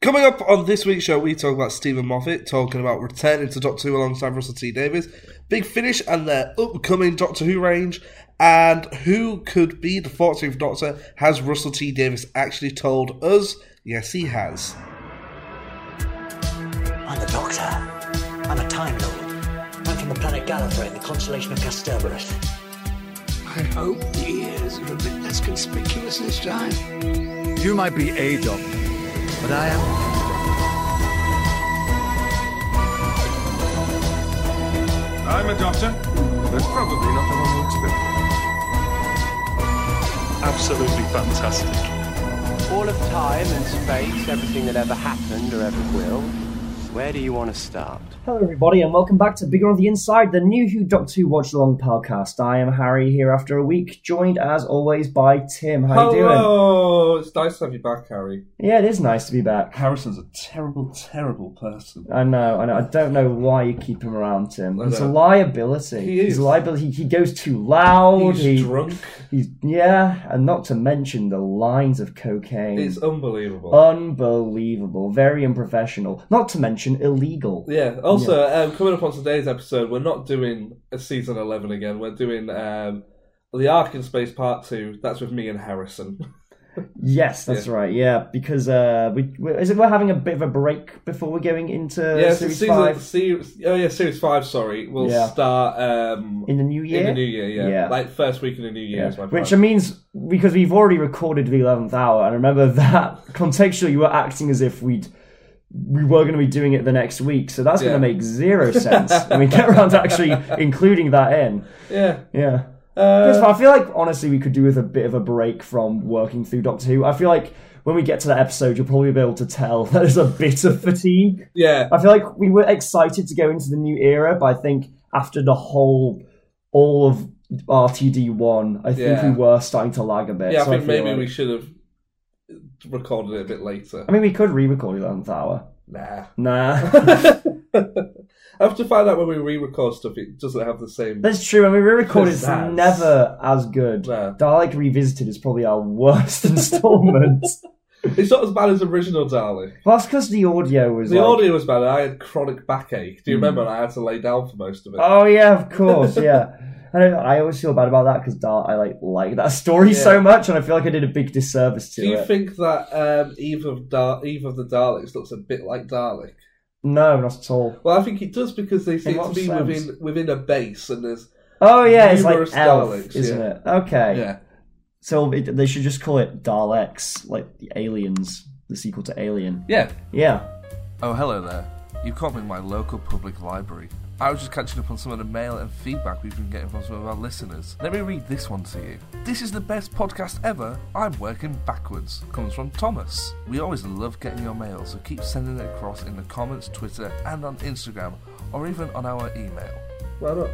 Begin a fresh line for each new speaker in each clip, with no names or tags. Coming up on this week's show, we talk about Stephen Moffat talking about returning to Doctor Who alongside Russell T Davies, Big Finish and their upcoming Doctor Who range, and who could be the 14th Doctor. Has Russell T Davies actually told us? Yes, he has.
I'm the Doctor. I'm a Time Lord. I'm from the planet Gallifrey in the constellation of Castelbarus.
I hope the ears are a bit less conspicuous this time.
You might be a doctor, but I am.
I'm a doctor, but probably not the one you expect.
absolutely fantastic.
all of time and space, everything that ever happened or ever will. Where do you want to start?
Hello, everybody, and welcome back to Bigger on the Inside, the new Who Doctor Who Watch Along podcast. I am Harry here after a week, joined as always by Tim. How you doing?
Hello, it's nice to have you back, Harry.
Yeah, it is nice to be back.
Harrison's a terrible, terrible person.
I know, I know. I don't know why you keep him around, Tim. It's a
know.
liability.
He is.
He's a liability. He, he goes too loud.
He's
he,
drunk.
He's yeah, and not to mention the lines of cocaine.
It's unbelievable.
Oh, unbelievable. Very unprofessional. Not to mention illegal.
Yeah. Also, Um, coming up on today's episode, we're not doing a season eleven again. We're doing um, the Ark in Space Part Two. That's with me and Harrison.
Yes, that's right. Yeah, because uh, we we- is it we're having a bit of a break before we're going into
yeah. so
series
season
five
series. Oh yeah, series five. Sorry, we'll
Yeah.
start um,
in the new year.
in the new year. Yeah.
Yeah.
Like first week in the new year. Is my plan.
Which means because we've already recorded the eleventh hour, and remember that contextually, you were acting as if we'd we were going to be doing it the next week, so that's
Yeah.
going to make zero sense. I mean, get around to actually including that in.
yeah.
Yeah.
Uh,
Because I feel like honestly we could do with a bit of a break from working through Doctor Who. I feel like when we get to that episode, you'll probably be able to tell that there's a bit of fatigue.
yeah.
I feel like we were excited to go into the new era, but I think after the whole all of RTD one, I think
Yeah.
we were starting to lag a bit.
Yeah. I
so
think
feel
maybe
like-
we should have recorded it a bit later.
I mean, we could re-record it on the hour.
Nah.
Nah,
I have to find out when we re-record stuff. It doesn't have the same.
that's true. When we re-record, it's
Pizzazz.
never as good.
Nah.
Dalek Revisited is probably our worst installment.
It's not as bad as original Dalek.
well, that's because the audio was
The
like, Hmm.
audio was bad. and I had chronic backache. Do you remember? And I had to lay down for most of it.
Oh yeah, of course, yeah. And I, I always feel bad about that because I like like that story so
Yeah.
much, and I feel like I did a big disservice to
Do you
it.
think that um, Eve of Dar- Eve of the Daleks looks a bit like Dalek?
no, not at all.
Well, I think it does because they seem
what
to be
sense?
within within a base, and there's
Oh yeah, it's like
Numerous
elf,
Daleks,
isn't
yeah.
it? Okay,
yeah,
so it, they should just call it Daleks, like the Aliens, the sequel to Alien.
yeah.
Yeah,
Oh, hello there. You caught me in my local public library. I was just catching up on some of the mail and feedback we've been getting from some of our listeners. Let me read this one to you. This is the best podcast ever. I'm working backwards. Comes from Thomas. We always love getting your mail, so keep sending it across in the comments, Twitter, and on Instagram, or even on our email. Well done.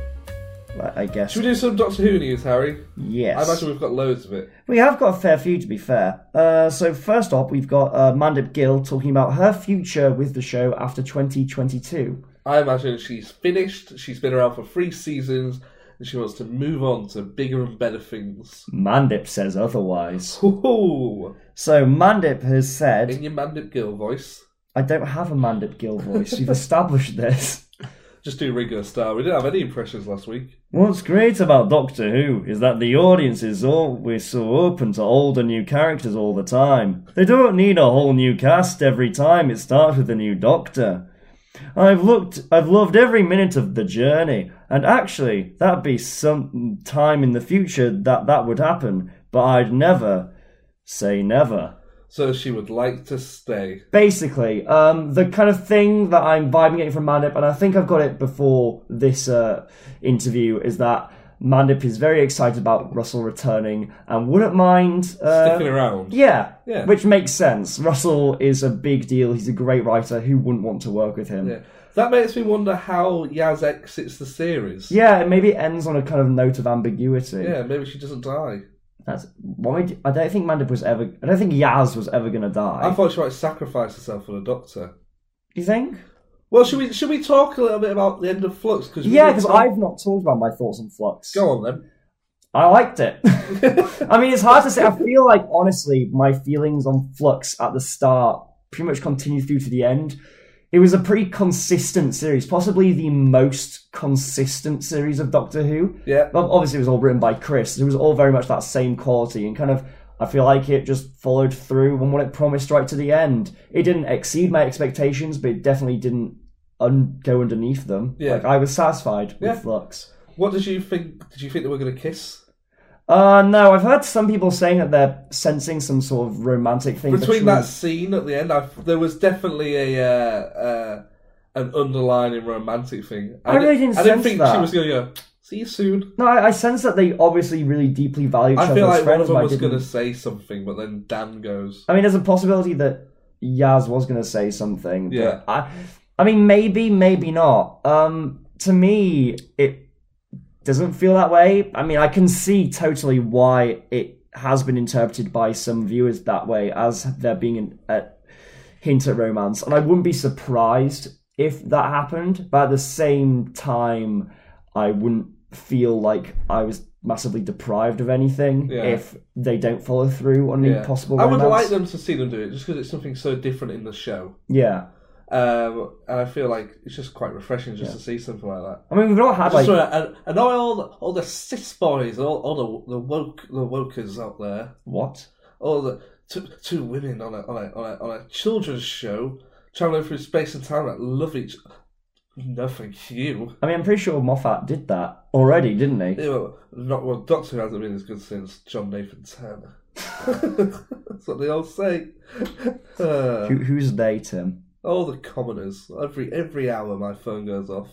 I- I guess.
Should we do some Doctor Who news, Harry? I
yes,
imagine we've got loads of it.
we have got a fair few to be fair. Uh, so first up, we've got uh, Mandip Gill talking about her future with the show after 2022.
I imagine she's finished, she's been around for three seasons, and she wants to move on to bigger and better things.
Mandip says otherwise.
Ooh,
So Mandip has said,
in your Mandip Gill voice.
"I don't have a Mandip Gill voice. You've established this."
Just do Ringo Star. We didn't have any impressions last week.
What's great about Doctor Who is that the audience is always so open to old and new characters all the time. They don't need a whole new cast every time it starts with a new Doctor. I've looked, I've loved every minute of the journey, and actually, that'd be some time in the future that that would happen, but I'd never say never.
So she would like to stay.
basically um, the kind of thing that i'm vibing getting from mandip and i think i've got it before this uh, interview is that mandip is very excited about russell returning and wouldn't mind uh,
Sticking around.
yeah,
Yeah.
which makes sense russell is a big deal he's a great writer who wouldn't want to work with him
Yeah. That makes me wonder how Yaz exits the series.
Yeah, and maybe it ends on a kind of note of ambiguity.
Yeah, maybe she doesn't die.
That's why I don't think Mandip was ever. I don't think Yaz was ever gonna die.
I thought she might sacrifice herself for the Doctor.
Do you think?
Well, should we should we talk a little bit about the end of Flux? Cause we
Yeah,
didn't
because
talk-
I've not talked about my thoughts on Flux.
go on then.
I liked it. I mean, it's hard to say. I feel like, honestly, my feelings on Flux at the start pretty much continued through to the end. It was a pretty consistent series, possibly the most consistent series of Doctor Who.
Yeah.
Well, obviously, it was all written by Chris. It was all very much that same quality and kind of. I feel like it just followed through on what it promised right to the end. It didn't exceed my expectations, but it definitely didn't un- go underneath them.
Yeah.
Like I was satisfied
Yeah.
with Lux.
What did you think? Did you think they were going to kiss
Uh, no, I've heard some people saying that they're sensing some sort of romantic thing
between
between,
that scene at the end? I, there was definitely a uh, uh, an underlining romantic thing.
I really didn't
I didn't
sense
think she
that.
was going to go. See you soon.
No, I, I sense that they obviously really deeply value each
I
other
feel like
as
one
friends.
of them
but I
was going to
didn't-
say something, but then Dan goes.
I mean, there's a possibility that Yaz was going to say something. but
Yeah.
I, I mean, maybe, maybe not. Um, to me, it doesn't feel that way. I mean, I can see totally why it has been interpreted by some viewers that way as there being an, a hint at romance, and I wouldn't be surprised if that happened. But at the same time, I wouldn't feel like I was massively deprived of anything
Yeah.
if they don't follow through on
Yeah.
any possible
I would
romance.
like them to see them do it just because it's something so different in the show.
Yeah.
Um, and I feel like it's just quite refreshing just to see something like that.
I mean, we've not had like
Just wanna- and, and all the, all the cis boys, all, all the the woke the wokers out there,
what?
all the two, two women on a, on a on a on a children's show traveling through space and time that love each. No, thank you.
I mean, I'm pretty sure Moffat did that already, didn't he?
They were not well. Doctor Who hasn't been as good since John Nathan Turner. That's what they all say. Uh,
Who, who's they, Tim?
all the commoners. Every every hour, my phone goes off.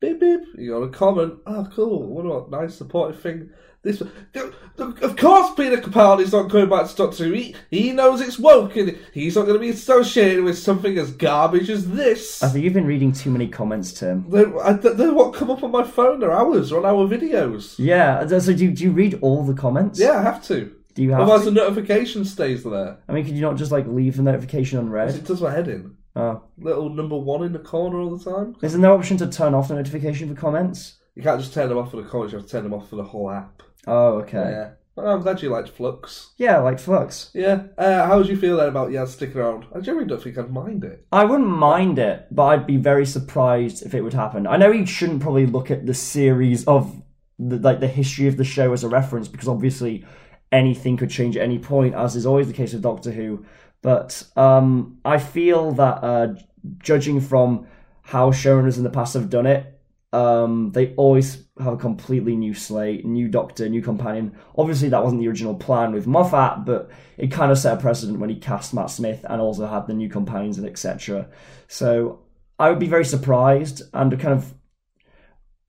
Beep beep. You got a comment. Oh, cool. What a nice supportive thing. This, of course, Peter Capaldi's not coming back to Doctor Who. He, he knows it's woke, and he's not going to be associated with something as garbage as this.
I think you've been reading too many comments, Tim.
They're, I- they're what come up on my phone. They're hours, on hour videos.
Yeah. So do, do you read all the comments?
Yeah, I have to.
Do you have?
Otherwise, the
to?
notification stays there.
I mean, could you not just like leave the notification
It
unread?
does my head in.
Oh.
Little number one in the corner all the time.
Is there no option to turn off the notification for comments?
You can't just turn them off for the comments. You have to turn them off for the whole app.
Oh, okay.
Yeah. Well, I'm glad you liked Flux.
Yeah, like Flux.
Yeah. Uh, how would you feel then about Yaz sticking around? I generally don't think I'd mind it.
I wouldn't mind it, but I'd be very surprised if it would happen. I know you shouldn't probably look at the series of the, like the history of the show as a reference because obviously anything could change at any point, as is always the case with Doctor Who. But um, I feel that uh, judging from how showrunners in the past have done it, um, they always have a completely new slate, new Doctor, new companion. Obviously, that wasn't the original plan with Moffat, but it kind of set a precedent when he cast Matt Smith and also had the new companions and etc. So I would be very surprised and kind of.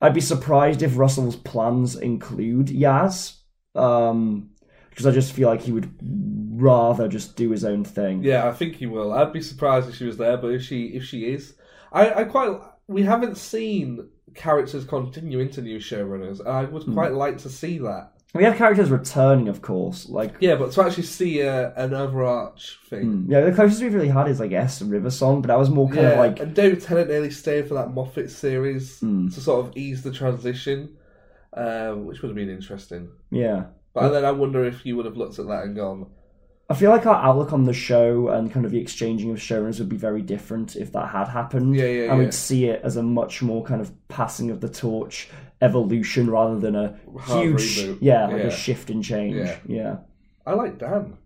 I'd be surprised if Russell's plans include Yaz, um, because I just feel like he would rather just do his own thing.
Yeah, I think he will. I'd be surprised if she was there, but if she if she is, I, I quite we haven't seen characters continue into new showrunners. and I would quite like to see that.
We have characters returning, of course, like hmm.
Yeah, but to actually see uh, an overarch thing.
Yeah, the closest we've really had is like S and River Song, but that was more kind
Yeah,
of like Hmm.
and David Tennant nearly stayed for that Moffat series to sort of ease the transition, um, which would have been interesting.
yeah.
But then I wonder if you would have looked at that and gone,
I feel like our outlook on the show and kind of the exchanging of showrunners would be very different if that had happened.
Yeah, yeah,
And
yeah.
we'd see it as a much more kind of passing of the torch evolution rather than a
Hard
huge
reboot.
yeah, like
Yeah.
a shift and change.
Yeah.
yeah.
I like Dan.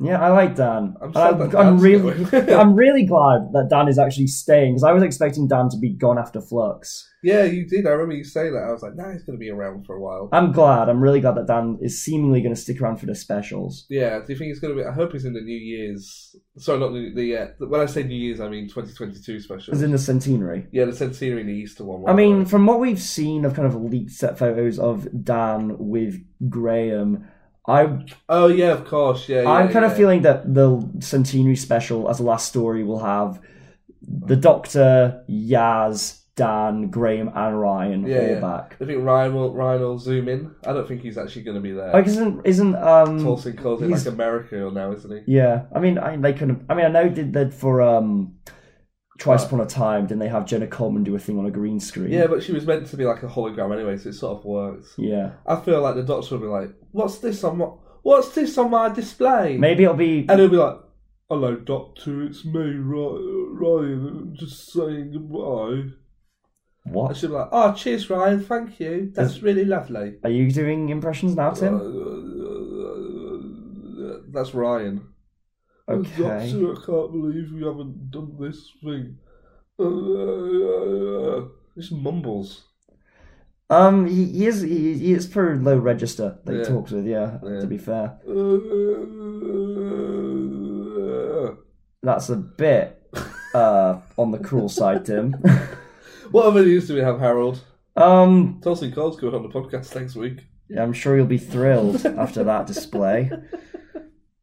Yeah, I like Dan.
I'm
And
sad
I'm,
that
I'm
Dan's
really,
going.
I'm really glad that Dan is actually staying because I was expecting Dan to be gone after Flux.
Yeah, you did. I remember you saying that. I was like, nah, he's going to be around for a while.
I'm glad. I'm really glad that Dan is seemingly going to stick around for the specials.
yeah, do you think he's going to be? I hope he's in the New Year's. Sorry, not the, the uh, when I say New Year's, I mean 2022 special.
As in the centenary.
yeah, the Centenary and the Easter one.
I
wasn't
mean,
it?
from what we've seen of kind of leaked set photos of Dan with Graham, I
oh yeah, of course. Yeah, yeah
I'm kind
yeah.
of feeling that the centenary special as the last story will have the Doctor, Yaz, Dan, Graham, and Ryan
Yeah,
all
yeah.
back.
I think Ryan will, Ryan will zoom in. I don't think he's actually going to be there.
Like, isn't isn't um
Tolson calls it
he's-
like America now, isn't he?
yeah? I mean, I they couldn't. I mean, I know did that for um. Twice upon a time, didn't they have Jenna Coleman do a thing on a green screen?
Yeah, but she was meant to be like a hologram anyway, so it sort of works.
yeah.
I feel like the doctor will be like, "What's this on? My, what's this on my display?" Uh,
Maybe it'll be
and he'll be like,
Hello, Doctor. It's me, Ry- Ryan. Just saying goodbye. And
What?
she'll be like, "Oh, cheers, Ryan. Thank you. That's really lovely."
Are you doing impressions now, Tim?
Uh, That's Ryan.
uh,
Okay.
Doctor, I can't believe we haven't done this thing. Uh, uh, uh, just mumbles.
Um, he, he is he, he is per low register that he
Yeah.
talks with. Yeah,
Yeah.
to be fair,
Uh, uh, uh.
that's a bit uh on the cruel side, Tim.
What other news do we have, Harold?
um,
Tulsi Cole's going on the podcast next week.
I'm sure you'll be thrilled after that display.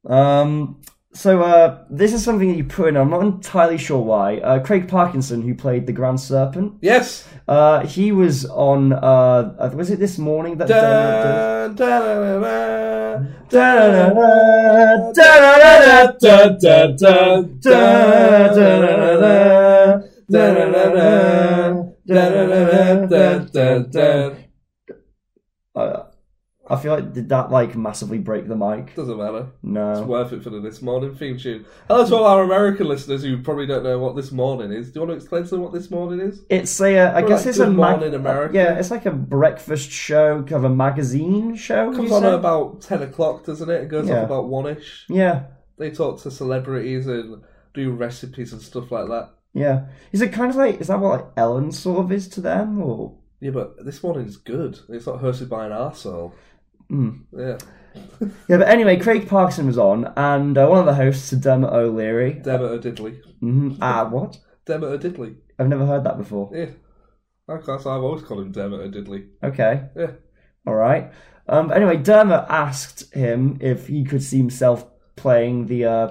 Um, so uh, this is something that you put in. I'm not entirely sure why. Uh, Craig Parkinson, who played the Grand Serpent,
Yes.
uh, he was on. Uh, uh, was it this morning that?
Dun, dun, dun, dun, dun, dun,
I feel like did that like massively break the mic?
Doesn't matter. It's
No.
worth it for the This Morning theme tune. Hello to all our American listeners who probably don't know what This Morning is. Do you want to explain to them what This Morning is?
It's a, uh, I guess
like
it's a
Good
mag-
Morning America.
yeah, it's like a breakfast show, kind of a magazine show.
comes
you
on
say?
at about 10 o'clock, doesn't it? It goes
Yeah.
off about 1 ish.
yeah,
They talk to celebrities and do recipes and stuff like that.
yeah. Is it kind of like is that what like Ellen sort of is to them, or
Yeah, but This Morning is good. It's not hosted by an arsehole.
Hmm.
Yeah.
yeah? But anyway, Craig Parkinson was on, and uh, one of the hosts, Dermot O'Leary.
Demeter Diddley.
Mhm. Ah, what?
Demeter Diddley.
I've never heard that before.
Yeah. Like That's I've always called him Demeter Diddley.
Okay.
Yeah.
All right. Um, but anyway, Dermot asked him if he could see himself playing the uh,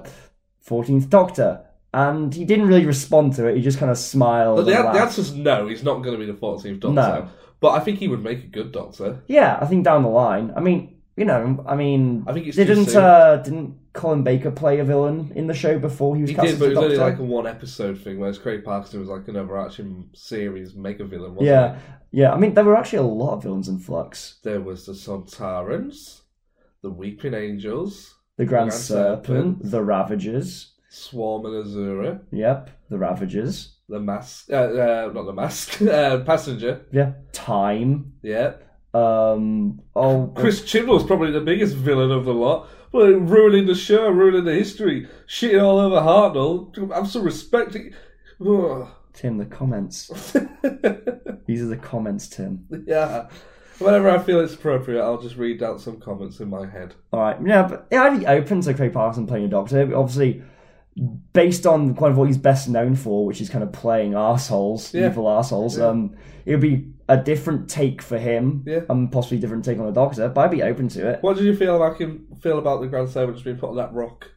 14th Doctor, and he didn't really respond to it. He just kind of smiled.
But the,
and
the
laughed.
answer's no, he's not going to be the 14th Doctor.
No.
But I think he would make a good Doctor.
Yeah, I think down the line. I mean, you know, I mean,
I think it's too
didn't
soon.
uh, didn't Colin Baker play a villain in the show before he was
He
cast
did, but it
as
was
the
only
Doctor?
like a one episode thing, whereas Craig Parkinson was like an overarching series mega villain, wasn't
yeah,
it?
yeah. I mean, there were actually a lot of villains in Flux.
There was the Sontarans, the Weeping Angels,
The Grand,
Grand
Serpent,
Serpent.
the Ravagers.
Swarm and Azura,
Yep, the Ravagers.
the Mask, uh, uh, not the Mask, uh, Passenger,
Yeah, Time.
yeah.
Um, oh,
Chris Chibnall's probably the biggest villain of the lot. Well, ruining the show, ruining the history, shitting all over Hartnell. Have some respect. Ugh.
Tim, the comments. These are the comments, Tim.
yeah. Whenever I feel it's appropriate, I'll just read out some comments in my head.
All right, yeah, but yeah, I'd be open to Craig Parkinson playing a doctor. Obviously, based on kind of what he's best known for, which is kind of playing assholes,
Yeah.
evil assholes. Um, it would be a different take for him,
Yeah.
and possibly a different take on the doctor. But I'd be open to it.
What did you feel about him? Feel about the Grand Serpent just being put on that rock,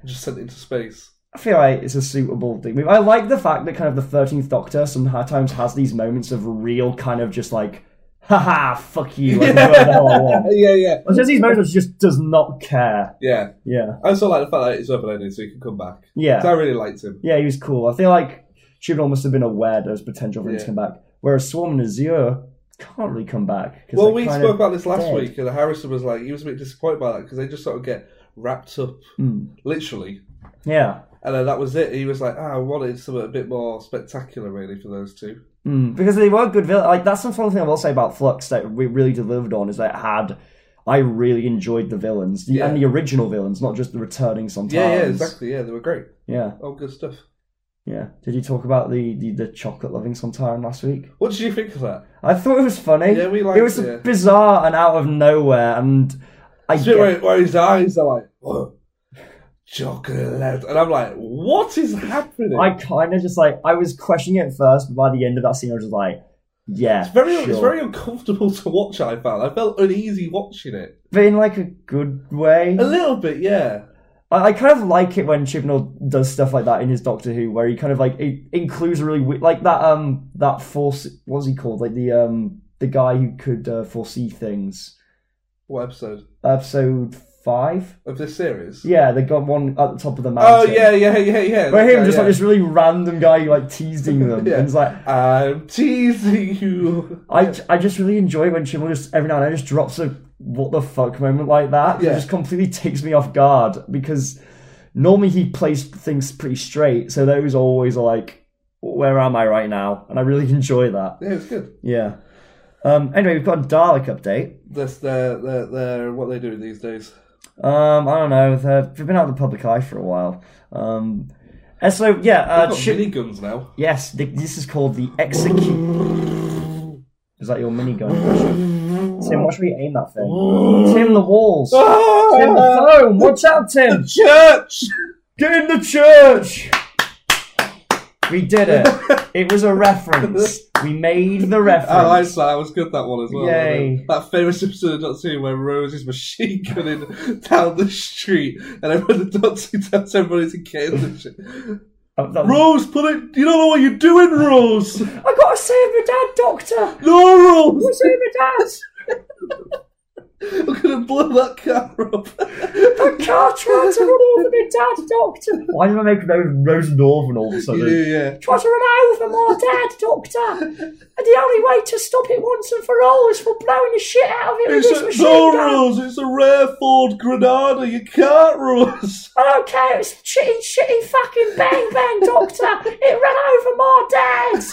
and just sent into space?
I feel like it's a suitable thing. I like the fact that kind of the thirteenth Doctor sometimes has these moments of real kind of just like, haha, fuck you, I can do whatever the hell I want.
Yeah, yeah,
It's just these moments where she just does not care.
yeah.
Yeah,
I also like the fact that it's open ended, so he can come back.
yeah.
'Cause I really liked him.
Yeah, he was cool. I feel like Chibnall must have been aware there was potential for him to
Yeah.
come back. Whereas Swarm and Azure can't really come back. 'cause
Well,
they're
we
kind
spoke
of
about this last
dead.
week, and Harrison was like, he was a bit disappointed by that because they just sort of get wrapped up,
Mm.
literally.
Yeah.
And then that was it. He was like, ah, I wanted something a bit more spectacular, really, for those two.
Mm. Because they were good villains. Like, that's the one thing I will say about Flux that we really delivered on is that it had. I really enjoyed the villains the, and the
Yeah.
original villains, not just the returning sometimes.
Yeah, yeah, exactly. Yeah, they were great.
Yeah,
All good stuff.
yeah. Did you talk about the, the, the chocolate loving sometime last week?
What did you think of that?
I thought it was funny.
Yeah, we
it was
liked it.
bizarre and out of nowhere, and I
It's a bit
get-
where, where his eyes are like, oh, chocolate. And I'm like, what is happening?
I kind of just like I was questioning it at first, but by the end of that scene, I was just like, yeah,
It's very,
sure.
it's very uncomfortable to watch. I felt, I felt uneasy watching it.
but in like a good way.
A little bit, yeah.
I, I kind of like it when Chibnall does stuff like that in his Doctor Who, where he kind of like it includes a really we- like that um that force what was he called like the um the guy who could uh, foresee things
What episode
episode five
of this series?
yeah they got one at the top of the
Oh
mountain
yeah, yeah, yeah, yeah.
where him
Yeah,
just
yeah.
like this really random guy who, like teasing them
Yeah.
and it's like
I'm teasing you.
I, I just really enjoy when Chibnall just every now and then just drops a what the fuck moment like that. It
Yeah.
just completely takes me off guard because normally he plays things pretty straight, so those always are like, where am I right now? And I really enjoy that.
Yeah, it's good.
Yeah. Um, anyway, we've got a Dalek update.
That's their, their, their, what they do these days.
Um, I don't know. They're- They've been out of the public eye for a while. Um, and so yeah,
They've
uh,
got
chi-
mini guns now.
yes, th- this is called the execute. Is that your minigun? Tim, why should we aim that thing? Tim, the walls. Tim, the phone. Watch out, Tim.
Church!
Get in the church. We did it. It was a reference. We made the
Oh, I
reference.
saw. That was good. That one as well.
Yay.
wasn't it? That famous episode of Doctor Who where Rose is machine gunning down the street, and everyone the Doctor tells everybody to get in the shit.
Oh, that-
Rose, put it. You don't know what you're doing, Rose.
I gotta save my dad, Doctor.
No,
I gotta
Rose.
save my dad.
I'm gonna blow that car
A
up.
car tried to run over my dad, Doctor. Why did I make Rose, Rose Northern all of a
yeah,
sudden?
yeah.
Try to run over my dad, Doctor. And the only way to stop it once and for all is for blowing the shit out of it with this
It's a,
machine
no,
gun.
Rose. It's a rare Ford Granada. You can't, Rose.
I don't care. It's shitty, shitty fucking bang bang, Doctor. it ran over my dad.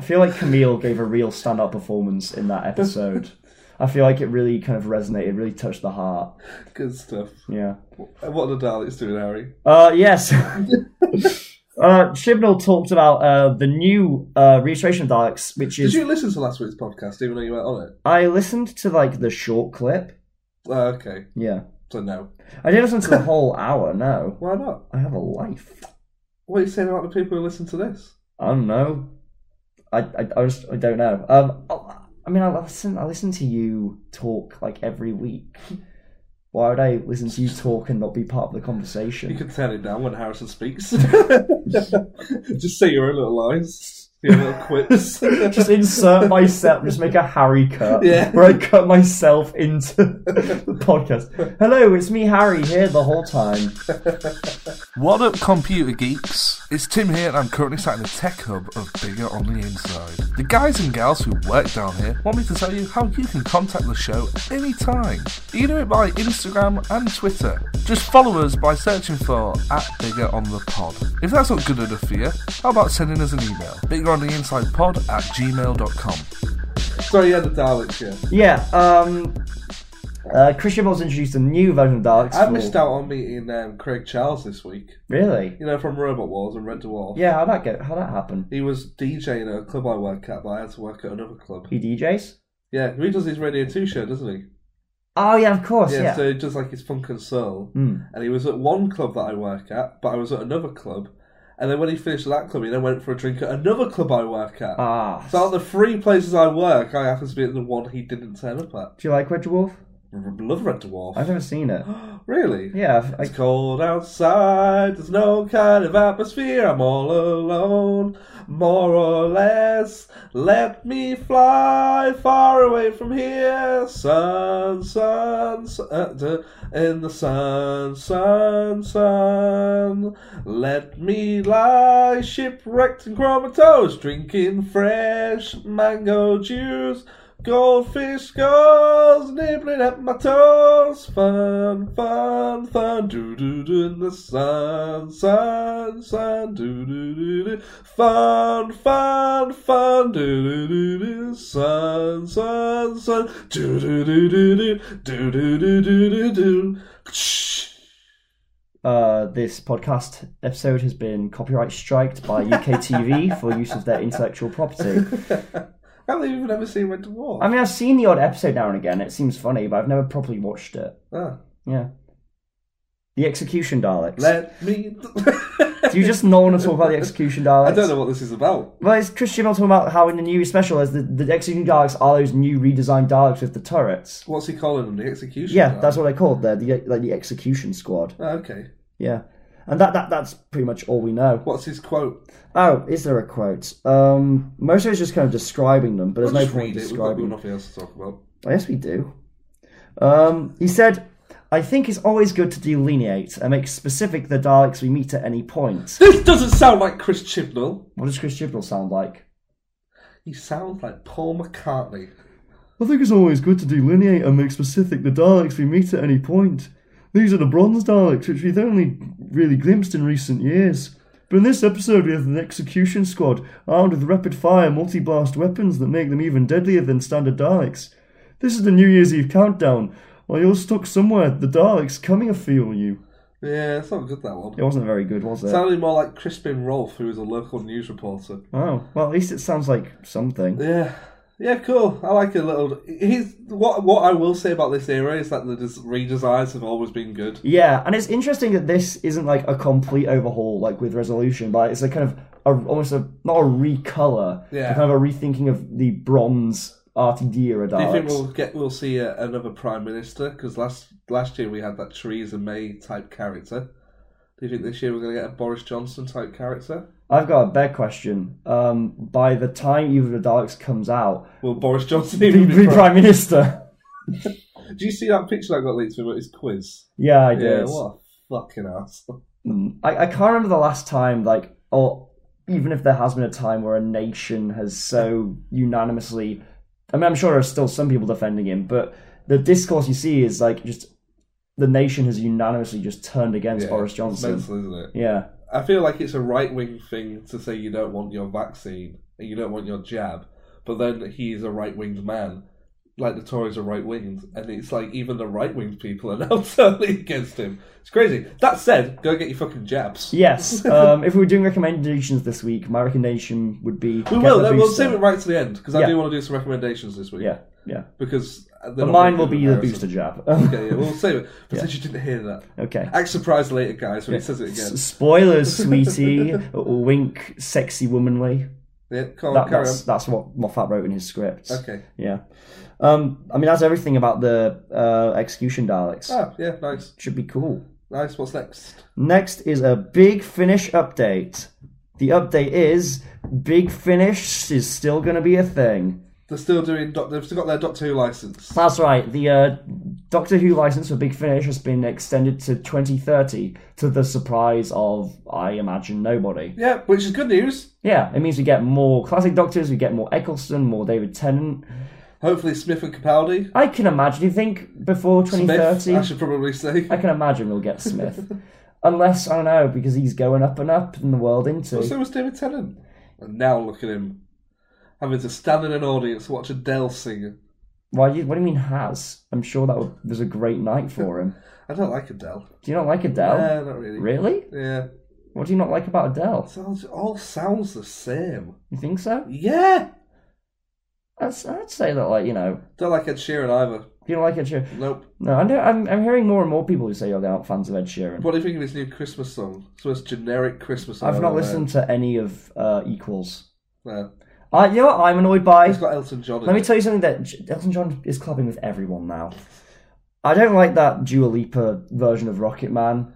I feel like Camille gave a real stand-up performance in that episode. I feel like it really kind of resonated, really touched the heart.
Good stuff.
Yeah.
And what the Daleks doing, Harry?
Uh, yes. uh, Chibnall talked about uh, the new uh, reiteration of Daleks, which
Did
is
you listen to last week's podcast, even though you weren't on it?
I listened to like the short clip.
Uh, okay,
Yeah,
so no.
I didn't listen to the whole hour. No,
Why not?
I have a life.
What are you saying about the people who listen to this?
I don't know. I I, I just I don't know. Um, I- I mean, I listen. I listen to you talk like every week. Why would I listen to you talk and not be part of the
You
conversation?
can turn it down when Harrison speaks. Just say your own little lines, your little quips.
Just insert myself. Just make a Harry cut
Yeah.
where I cut myself into the podcast. Hello, it's me, Harry, here the whole time.
What up, computer geeks? It's Tim here, and I'm currently sat in the tech hub of Bigger on the Inside. The guys and gals who work down here want me to tell you how you can contact the show anytime. You can do it by Instagram and Twitter. Just follow us by searching for at Bigger on the Pod. If that's not good enough for you, how about sending us an email? Bigger on the Inside Pod at gmail.com.
Sorry, yeah, the Daleks, yeah.
Yeah, um, uh, Christian Bell's introduced a new version of Daleks.
I
for-
missed out on meeting um, Craig Charles this week.
Really?
You know, from Robot Wars and Red Dwarf.
Yeah, how'd that go? How'd that happen?
He was DJing at a club I work at, but I had to work at another club.
He DJs?
Yeah, he does his Radio 2 show, doesn't he?
Oh, yeah, of course,
Yeah,
yeah.
so he does like his funk and soul.
Hmm.
And he was at one club that I work at, but I was at another club. And then when he finished that club, he then went for a drink at another club I work at.
Ah.
So out of the three places I work, I happen to be at the one he didn't turn up at.
Do you like Red Dwarf?
R- Love Red Dwarf.
I've never seen it.
Really?
Yeah, I've-
It's
I,
cold outside, there's no kind of atmosphere, I'm all alone, more or less. Let me fly far away from here, sun, sun, sun uh, d- in the sun, sun, sun. Let me lie shipwrecked and comatose, drinking fresh mango juice. Goldfish goes nibbling at my toes. Fun, fun, fun. Do do do in the sun, sun, sun. Do do do do. Fun, fun, fun. Do do do do. Sun, sun, sun. Do do do do do. Do do do do do do.
uh, this podcast episode has been copyright striked by UKTV for use of their intellectual property.
I can't believe you've never seen Red Dwarf.
I mean, I've seen the odd episode now and again. It seems funny, but I've never properly watched it.
ah,
Yeah. The Execution Daleks.
let me.
Do you just not want to talk about the Execution Daleks?
I don't know what this is about.
Well, it's Christian talking about how in the new special, as the, the Execution Daleks are those new redesigned Daleks with the turrets.
What's he calling them? The execution?
Yeah,
Guy?
that's what they're called. They're the, like the Execution Squad.
Ah, okay.
Yeah. And that, that that's pretty much all we know.
What's his quote?
Oh, is there a quote? Um, most of it's just kind of describing them, but there's
We'll
no
just
point
read it. We've got
describing.
nothing else to talk about.
I guess we do. Um, he said, "I think it's always good to delineate and make specific the Daleks we meet at any point."
This doesn't sound like Chris Chibnall.
what does Chris Chibnall sound like?
He sounds like Paul McCartney.
I think it's always good to delineate and make specific the Daleks we meet at any point. These are the Bronze Daleks, which we've only really glimpsed in recent years. But in this episode, we have an execution squad armed with rapid fire multi blast weapons that make them even deadlier than standard Daleks. This is the New Year's Eve countdown, or you're stuck somewhere, the Daleks coming after you.
Yeah, it's not good that one.
It wasn't very good, was it?
Sounded more like Crispin Rolfe, who was a local news reporter.
Oh, well, at least it sounds like something.
Yeah. Yeah, cool. I like a little. He's what. What I will say about this era is that the des- redesigns have always been good.
Yeah, and it's interesting that this isn't like a complete overhaul, like with resolution, but it's a kind of a, almost a not a recolor,
Yeah.
but kind of a rethinking of the bronze RTD era
Do you
Daleks.
think we'll get we'll see a, another prime minister? Because last last year we had that Theresa May type character. Do you think this year we're going to get a Boris Johnson type character?
I've got a bad question. Um, by the time Eve of the Daleks comes out,
Will Boris Johnson even
be,
be
be
prime?
prime minister.
Do you see that picture that got leaked to me about his quiz?
Yeah, I
Yeah,
did.
what a fucking arsehole.
I, I can't remember the last time, like, or even if there has been a time where a nation has so unanimously. I mean, I'm sure there are still some people defending him, but the discourse you see is like just the nation has unanimously just turned against
Yeah,
Boris Johnson.
It's mental, isn't it?
Yeah,
I feel like it's a right wing thing to say you don't want your vaccine and you don't want your jab, but then he's a right winged man. Like the Tories are right winged, and it's like even the right winged people are now totally against him. It's crazy. That said, go get your fucking jabs.
yes. um, if we were doing recommendations this week, my recommendation would be
We
get
will.
the
then We'll
booster.
save it right to the end because I
Yeah.
do want to do some recommendations this week.
Yeah, yeah.
Because they're
But
not
mine
very
will
good
be the
comparison.
booster jab.
Okay, yeah, we'll save it. But since you didn't hear that,
okay.
act surprised later, guys, when he says it again.
S- Spoilers, sweetie. Wink, sexy womanly.
Yeah, come on,
That,
carry
that's, that's what Moffat wrote in his script.
on. Okay.
Yeah. Um, I mean, that's everything about the uh, execution Daleks.
Ah, yeah, nice,
Should be cool.
nice. What's next?
Next is a Big Finish update. The update is Big Finish is still going to be a thing.
They're still doing. Doc- They've still got their Doctor Who license.
That's right. The uh, Doctor Who license for Big Finish has been extended to 2030 to the surprise of, I imagine, nobody.
Yeah, which is good news.
Yeah, it means we get more classic Doctors, we get more Eccleston, more David Tennant.
Hopefully, Smith and Capaldi.
I can imagine, you think, before
Smith,
2030?
I should probably say.
I can imagine we'll get Smith. Unless, I don't know, because he's going up and up in the world into.
But so was David Tennant. And now look at him, having to stand in an audience to watch Adele sing.
Why, you- what do you mean has? I'm sure that would, was a great night for him.
I don't like Adele.
Do you not like Adele?
Yeah, not really.
Really?
Yeah,
What do you not like about Adele?
sounds all sounds the same.
You think so?
Yeah,
I'd, I'd say that, like, you know,
don't like Ed Sheeran either.
you don't like Ed Sheeran.
Nope.
No, I know, I'm, I'm hearing more and more people who say oh, they aren't fans of Ed Sheeran.
What do you think of his new Christmas song? It's the most generic Christmas song.
I've
I've
not
ever
listened to any of uh, Equals.
heard. No.
I, you know what I'm annoyed by?
It's got Elton John. In
Let me
it.
tell you something that J- Elton John is collabing with everyone now. I don't like that Dua Lipa version of Rocket Man.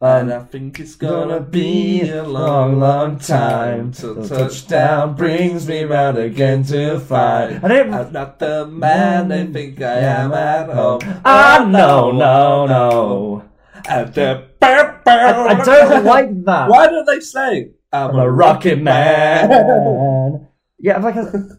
Um,
And I think it's gonna be a long, long time till touchdown brings me round again to find
I don't-
I'm not the man they think I am at home.
Ah, no, no, no.
And the bam, bam.
I don't like that.
Why don't they say I'm
I'm a rocket man. Yeah, like,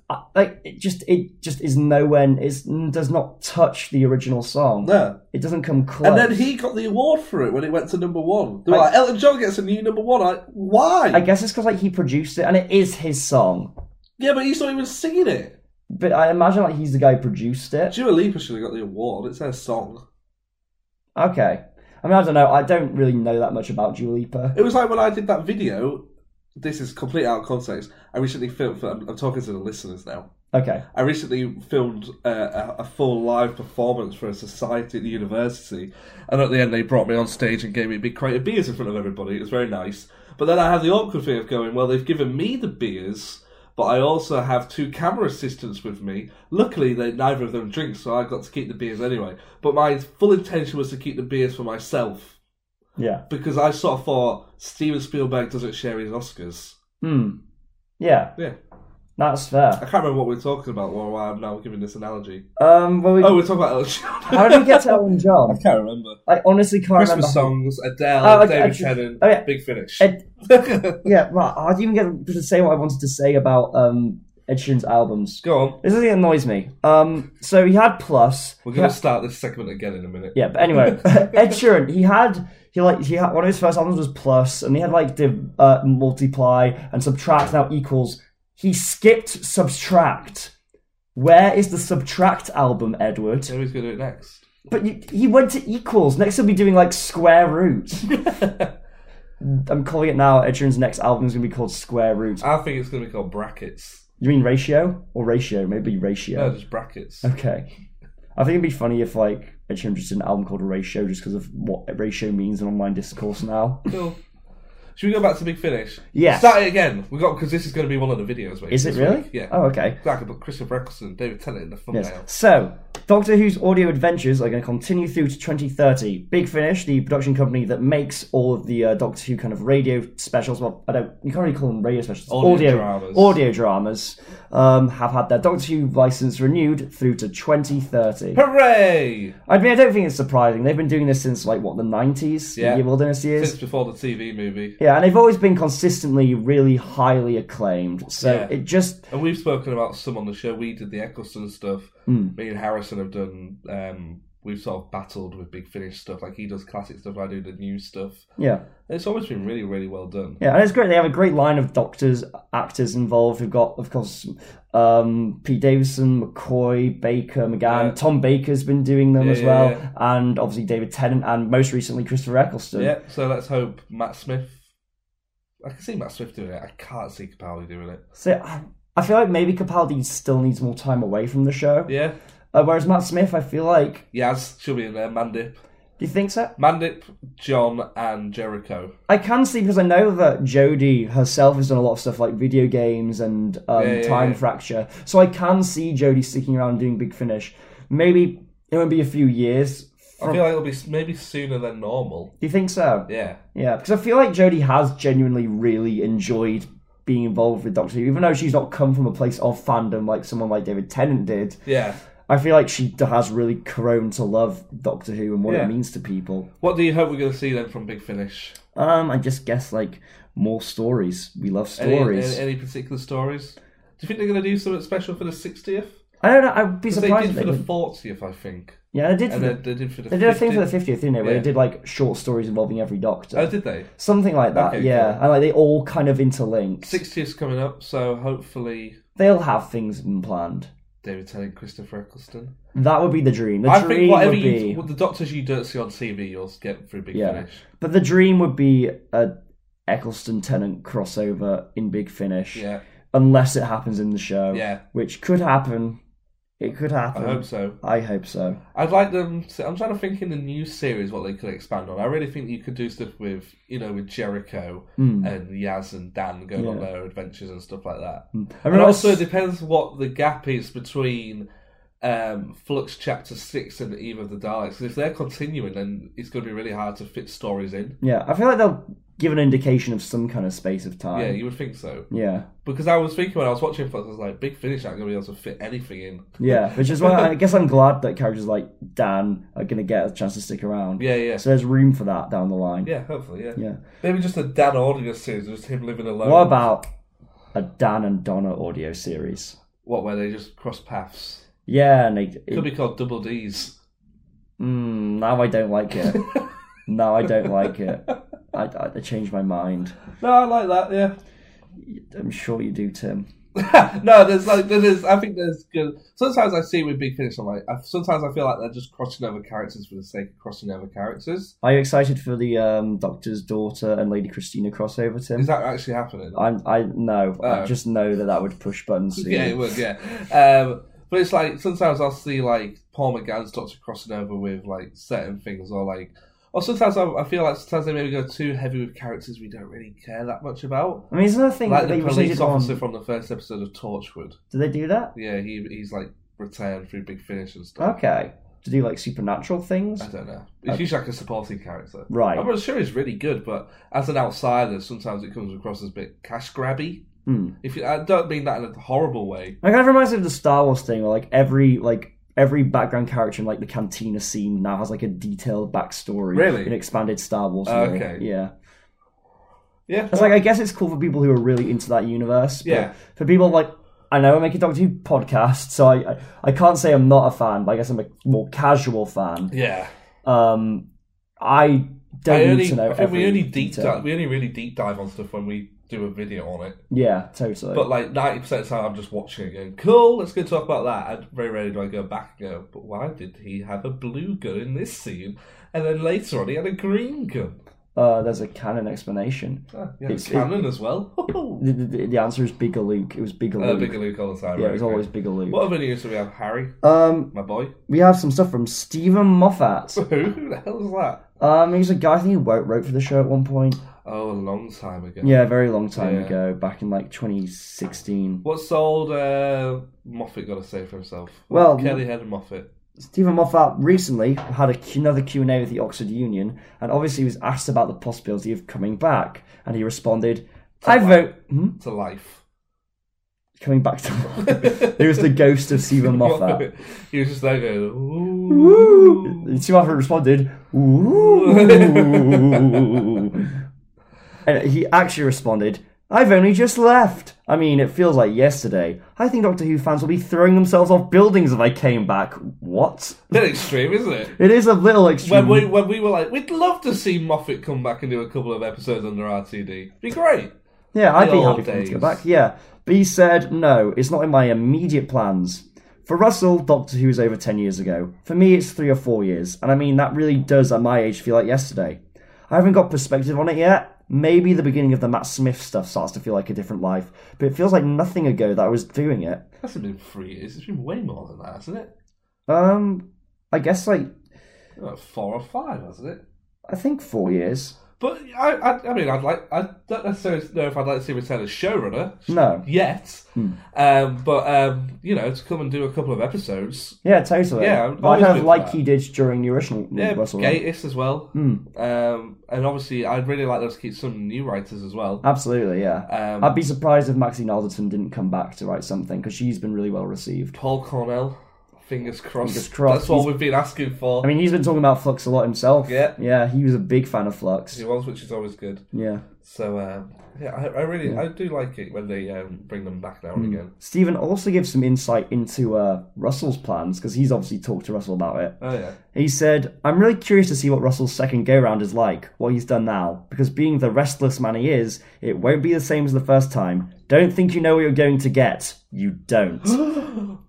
I, like it just it just is nowhere. It does not touch the original song.
No.
It doesn't come close.
And then he got the award for it when it went to number one. They were like, Elton John gets a new number one. I, why?
I guess it's because like he produced it, and it is his song.
yeah, but he's not even singing it.
But I imagine like he's the guy who produced it.
Dua Lipa should have got the award. It's her song.
Okay. I mean, I don't know. I don't really know that much about Dua Lipa.
It was like when I did that video. This is complete out of context. I recently filmed. I'm, I'm talking to the listeners now.
Okay.
I recently filmed uh, a, a full live performance for a society at the university, and at the end they brought me on stage and gave me big crate of beers in front of everybody. It was very nice. But then I had the awkward thing of going, well, they've given me the beers, but I also have two camera assistants with me. Luckily, they neither of them drink, so I got to keep the beers anyway. But my full intention was to keep the beers for myself
Yeah.
because I sort of thought Steven Spielberg doesn't share his Oscars.
Hmm. Yeah.
Yeah,
That's fair.
I can't remember what we are talking about or why I'm now giving this analogy.
Um. Well, we,
Oh, we're talking about Elton John.
how did we get to Elton John?
can't remember.
I honestly can't remember.
Christmas songs, Adele,
Oh, okay,
David
okay.
Tennant,
Oh, yeah.
Big Finish.
Ed- yeah, well, I didn't even get to say what I wanted to say about um, Ed Sheeran's albums.
Go on.
This is the thing that annoys me. Um, so he had Plus.
We're going to start this segment again in a minute.
Yeah, but anyway, Ed Sheeran, he had he like he had one of his first albums was Plus, and he had like div, uh, multiply and subtract now equals. He skipped subtract. Where is the subtract album, Edward?
So who's going to do it next?
But you, he went to equals. Next, he'll be doing like square root. I'm calling it now. Ed Sheeran's next album is going to be called Square Root.
I think it's going to be called brackets.
You mean ratio or ratio? Maybe
No,
ratio.
just brackets.
Okay. I think it'd be funny if like Ed Sheeran just did an album called Ratio, just because of what ratio means in online discourse now.
Cool. Should we go back to Big Finish?
Yes.
Start it again. We got because this is going to be one of the videos. Mate,
Is it
this
really?
week. Yeah.
Oh, okay.
I could put Christopher Eccleston, David Tennant in the thumbnail.
Yes. So, Doctor Who's audio adventures are going to continue through to 2030. Big Finish, the production company that makes all of the uh, Doctor Who kind of radio specials, well, I don't, you can't really call them radio specials,
Audio dramas.
audio dramas, um, have had their Doctor Who license renewed through to 2030.
Hooray!
I mean, I don't think it's surprising. They've been doing this since, like, what, the 90s?
Yeah.
The Wilderness years?
Since before the TV movie,
yeah, and they've always been consistently really highly acclaimed. So
Yeah.
it just
and we've spoken about some on the show. We did the Eccleston stuff.
Hmm.
Me and Harrison have done. Um, we've sort of battled with Big Finish stuff. Like he does classic stuff, I do the new stuff.
yeah.
It's always been really, really well done.
Yeah, and it's great. They have a great line of doctors, actors involved. We've got, of course, um, Pete Davidson, McCoy, Baker, McGann.
Yeah.
Tom Baker's been doing them
Yeah,
as
yeah,
well,
yeah.
and obviously David Tennant, and most recently Christopher Eccleston.
Yeah. So let's hope Matt Smith. I can see Matt Smith doing it. I can't see Capaldi doing it.
So I, I feel like maybe Capaldi still needs more time away from the show.
Yeah.
Uh, whereas Matt Smith, I feel like,
Yaz, she'll be in there. Mandip.
do you think so?
Mandip, John, and Jericho.
I can see because I know that Jodie herself has done a lot of stuff like video games and um,
Yeah, yeah,
Time
yeah.
Fracture, so I can see Jodie sticking around and doing Big Finish. Maybe it won't be a few years.
I feel like it'll be s- maybe sooner than normal.
Do you think so?
Yeah.
Yeah, because I feel like Jodie has genuinely really enjoyed being involved with Doctor Who, even though she's not come from a place of fandom like someone like David Tennant did.
Yeah.
I feel like she has really grown to love Doctor Who and what
Yeah.
it means to people.
What do you hope we're going to see then from Big Finish?
Um, I just guess like more stories. We love
Any,
stories.
Any, any particular stories? Do you think they're going to do something special for the 60th?
I don't know. I'd be
'Cause they did
surprised. if
for
they
the
didn't.
40th, I think.
yeah, they did. For
And they,
the,
they did for the
they did a thing for the
50th.
fiftieth, didn't they? Where
Yeah.
they did like short stories involving every Doctor,
Oh, did they?
something like that.
Okay,
yeah,
cool.
and like they all kind of interlink.
60th's coming up, so hopefully
They'll have things planned.
David Tennant, Christopher Eccleston.
That would be the dream. The
I
dream
think whatever
would be,
you, the doctors you don't see on TV, you'll get through Big
yeah.
Finish.
But the dream would be a Eccleston Tennant crossover in Big Finish,
Yeah,
unless it happens in the show.
Yeah.
which could happen. It could
I
happen.
hope so.
I hope so.
I'd like them. To, I'm trying to think in the new series what they could expand on. I really think you could do stuff with you know with Jericho and Yaz and Dan going on
Hmm. Yeah. Hmm.
their adventures and stuff like that.
I
And
remember
also, it
s-
depends what the gap is between um, Flux Chapter Six and Eve of the Daleks. 'Cause if they're continuing, then it's going to be really hard to fit stories in.
yeah, I feel like they'll give an indication of some kind of space of time.
Yeah, you would think so.
yeah.
Because I was thinking when I was watching Flux, I was like, Big Finish aren't going to be able to fit anything in.
Yeah, which is why I guess I'm glad that characters like Dan are going to get a chance to stick around.
Yeah, yeah.
So there's room for that down the line.
Yeah, hopefully, yeah.
Yeah.
Maybe just a Dan audience series, just him living alone.
What about a Dan and Donna audio series?
What, where they just cross paths?
Yeah, and they,
Could be called Double D's.
Mm, now I don't like it. now I don't like it. I, I, I changed my mind.
No, I like that, yeah.
I'm sure you do, Tim.
No, there's like there is. I think there's good. Sometimes I see with Big Finish, I'm like, I, sometimes I feel like they're just crossing over characters for the sake of crossing over characters.
Are you excited for the um, Doctor's daughter and Lady Christina crossover, Tim?
Is that actually happening?
I'm, I no.
Oh.
I just know that that would push buttons. soon.
yeah, it would. Yeah, um, but it's like sometimes I'll see like Paul McGann's Doctor crossing over with like certain things, or like, or sometimes I, I feel like sometimes they maybe go too heavy with characters we don't really care that much about.
I mean, it's another thing
Like
that they
the police
related
officer
on.
from the first episode of Torchwood.
Did they do that?
Yeah, he he's like retired through Big Finish and stuff.
Okay. To do like supernatural things.
I don't know. It's usually like a supporting character.
Right.
I'm not sure he's really good, but as an outsider, sometimes it comes across as a bit cash grabby.
Hmm.
If you, I don't mean that in a horrible way.
It kind of reminds me of the Star Wars thing, where like every like every background character in like the cantina scene now has like a detailed backstory.
Really?
An expanded Star Wars.
Oh,
lore.
okay.
Yeah.
Yeah.
It's like I guess it's cool for people who are really into that universe. But
Yeah.
For people like. I know I make a Doctor Who podcast, so I, I, I can't say I'm not a fan, but I guess I'm a more casual fan.
Yeah.
Um, I don't
I
need
only,
to know
I think we
every
only deep
detail.
dive, we only really deep dive on stuff when we do a video on it.
Yeah, totally.
But like ninety percent of the time, I'm just watching it, going, "Cool, let's go talk about that." And very rarely do I go back and go, "But why did he have a blue gun in this scene?" And then later on, he had a green gun.
uh, there's a canon explanation.
Ah, he had
It's-
a cannon as well. uh,
The, the, the answer is Bigger Luke. It was Bigger Luke.
Oh, bigger Luke all the time.
yeah,
right,
it was
okay.
always Bigger Luke.
What other news do we have, Harry,
Um,
my boy?
we have some stuff from Stephen Moffat.
Who the hell is that?
Um, he's a guy I think he wrote, wrote for the show at one point.
Oh, a long time ago.
Yeah, a very long time
Yeah.
ago, back in like 2016.
What's old uh, Moffat got to say for himself?
Well,
Kelly Head Moffat.
Stephen Moffat recently had a, another Q and A with the Oxford Union, and obviously he was asked about the possibility of coming back, and he responded, "I vote hmm?
to life.
coming back to." it was the ghost of Stephen Moffat.
he was just like, going,
Woo!
ooh.
And Stephen Moffat responded, "Ooh," and he actually responded. I've only just left. I mean, it feels like yesterday. I think Doctor Who fans will be throwing themselves off buildings if I came back. What?
Bit extreme, isn't it?
It is a little extreme.
When we when we were like, we'd love to see Moffat come back and do a couple of episodes under RTD. Be great.
Yeah, I'd
The
be
old
happy for him to go
days.
back. Yeah. But he said, no, it's not in my immediate plans. For Russell, Doctor Who was over 10 years ago. For me, it's three or four years. And I mean, that really does, at my age, feel like yesterday. I haven't got perspective on it yet. Maybe the beginning of the Matt Smith stuff starts to feel like a different life, but it feels like nothing ago that I was doing it.
It hasn't been three years. It's been way more than that, hasn't it?
Um, I guess like,
About four or five, hasn't it?
I think four years.
But I, I, I mean, I'd like. I don't necessarily know if I'd like to see him return as showrunner
No.
yet.
Hmm.
Um, but um, you know, to come and do a couple of episodes.
Yeah, totally.
Yeah, I've
like,
always
kind of
been
like
that.
he did during the original
Yeah,
Russell. run.
Gatiss as well.
Hmm.
Um, and obviously, I'd really like them to keep some new writers as well.
Uh, Absolutely, yeah.
Um,
I'd be surprised if Maxine Alderton didn't come back to write something because she's been really well received.
Paul Cornell, fingers crossed.
Fingers crossed.
That's what
He's-
we've been asking for.
I mean, he's been talking about Flux a lot himself.
Yeah.
Yeah, he was a big fan of Flux.
he was, which is always good.
Yeah.
So um, yeah, I, I really I do like it when they um, bring them back now and again.
Stephen also gives some insight into uh, Russell's plans because he's obviously talked to Russell about it.
Oh yeah,
He said, I'm really curious to see what Russell's second go round is like, what he's done now, because being the restless man he is, it won't be the same as the first time. Don't think you know what you're going to get. You don't.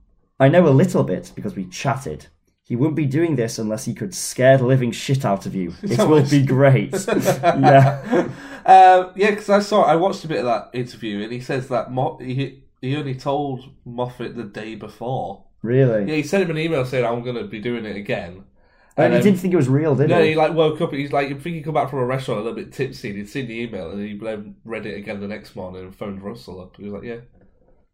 I know a little bit because we chatted. He wouldn't be doing this unless he could scare the living shit out of you. It will be great. yeah.
um, yeah. Because I saw I watched a bit of that interview and he says that Mo- he he only told Moffat the day before.
Really?
Yeah, he sent him an email saying I'm going to be doing it again.
and he
um,
didn't think it was real, did
No,
he?
he like woke up and he's like, I think he come back from a restaurant a little bit tipsy and he'd seen the email and he then read it again the next morning and phoned Russell up. He was like, yeah,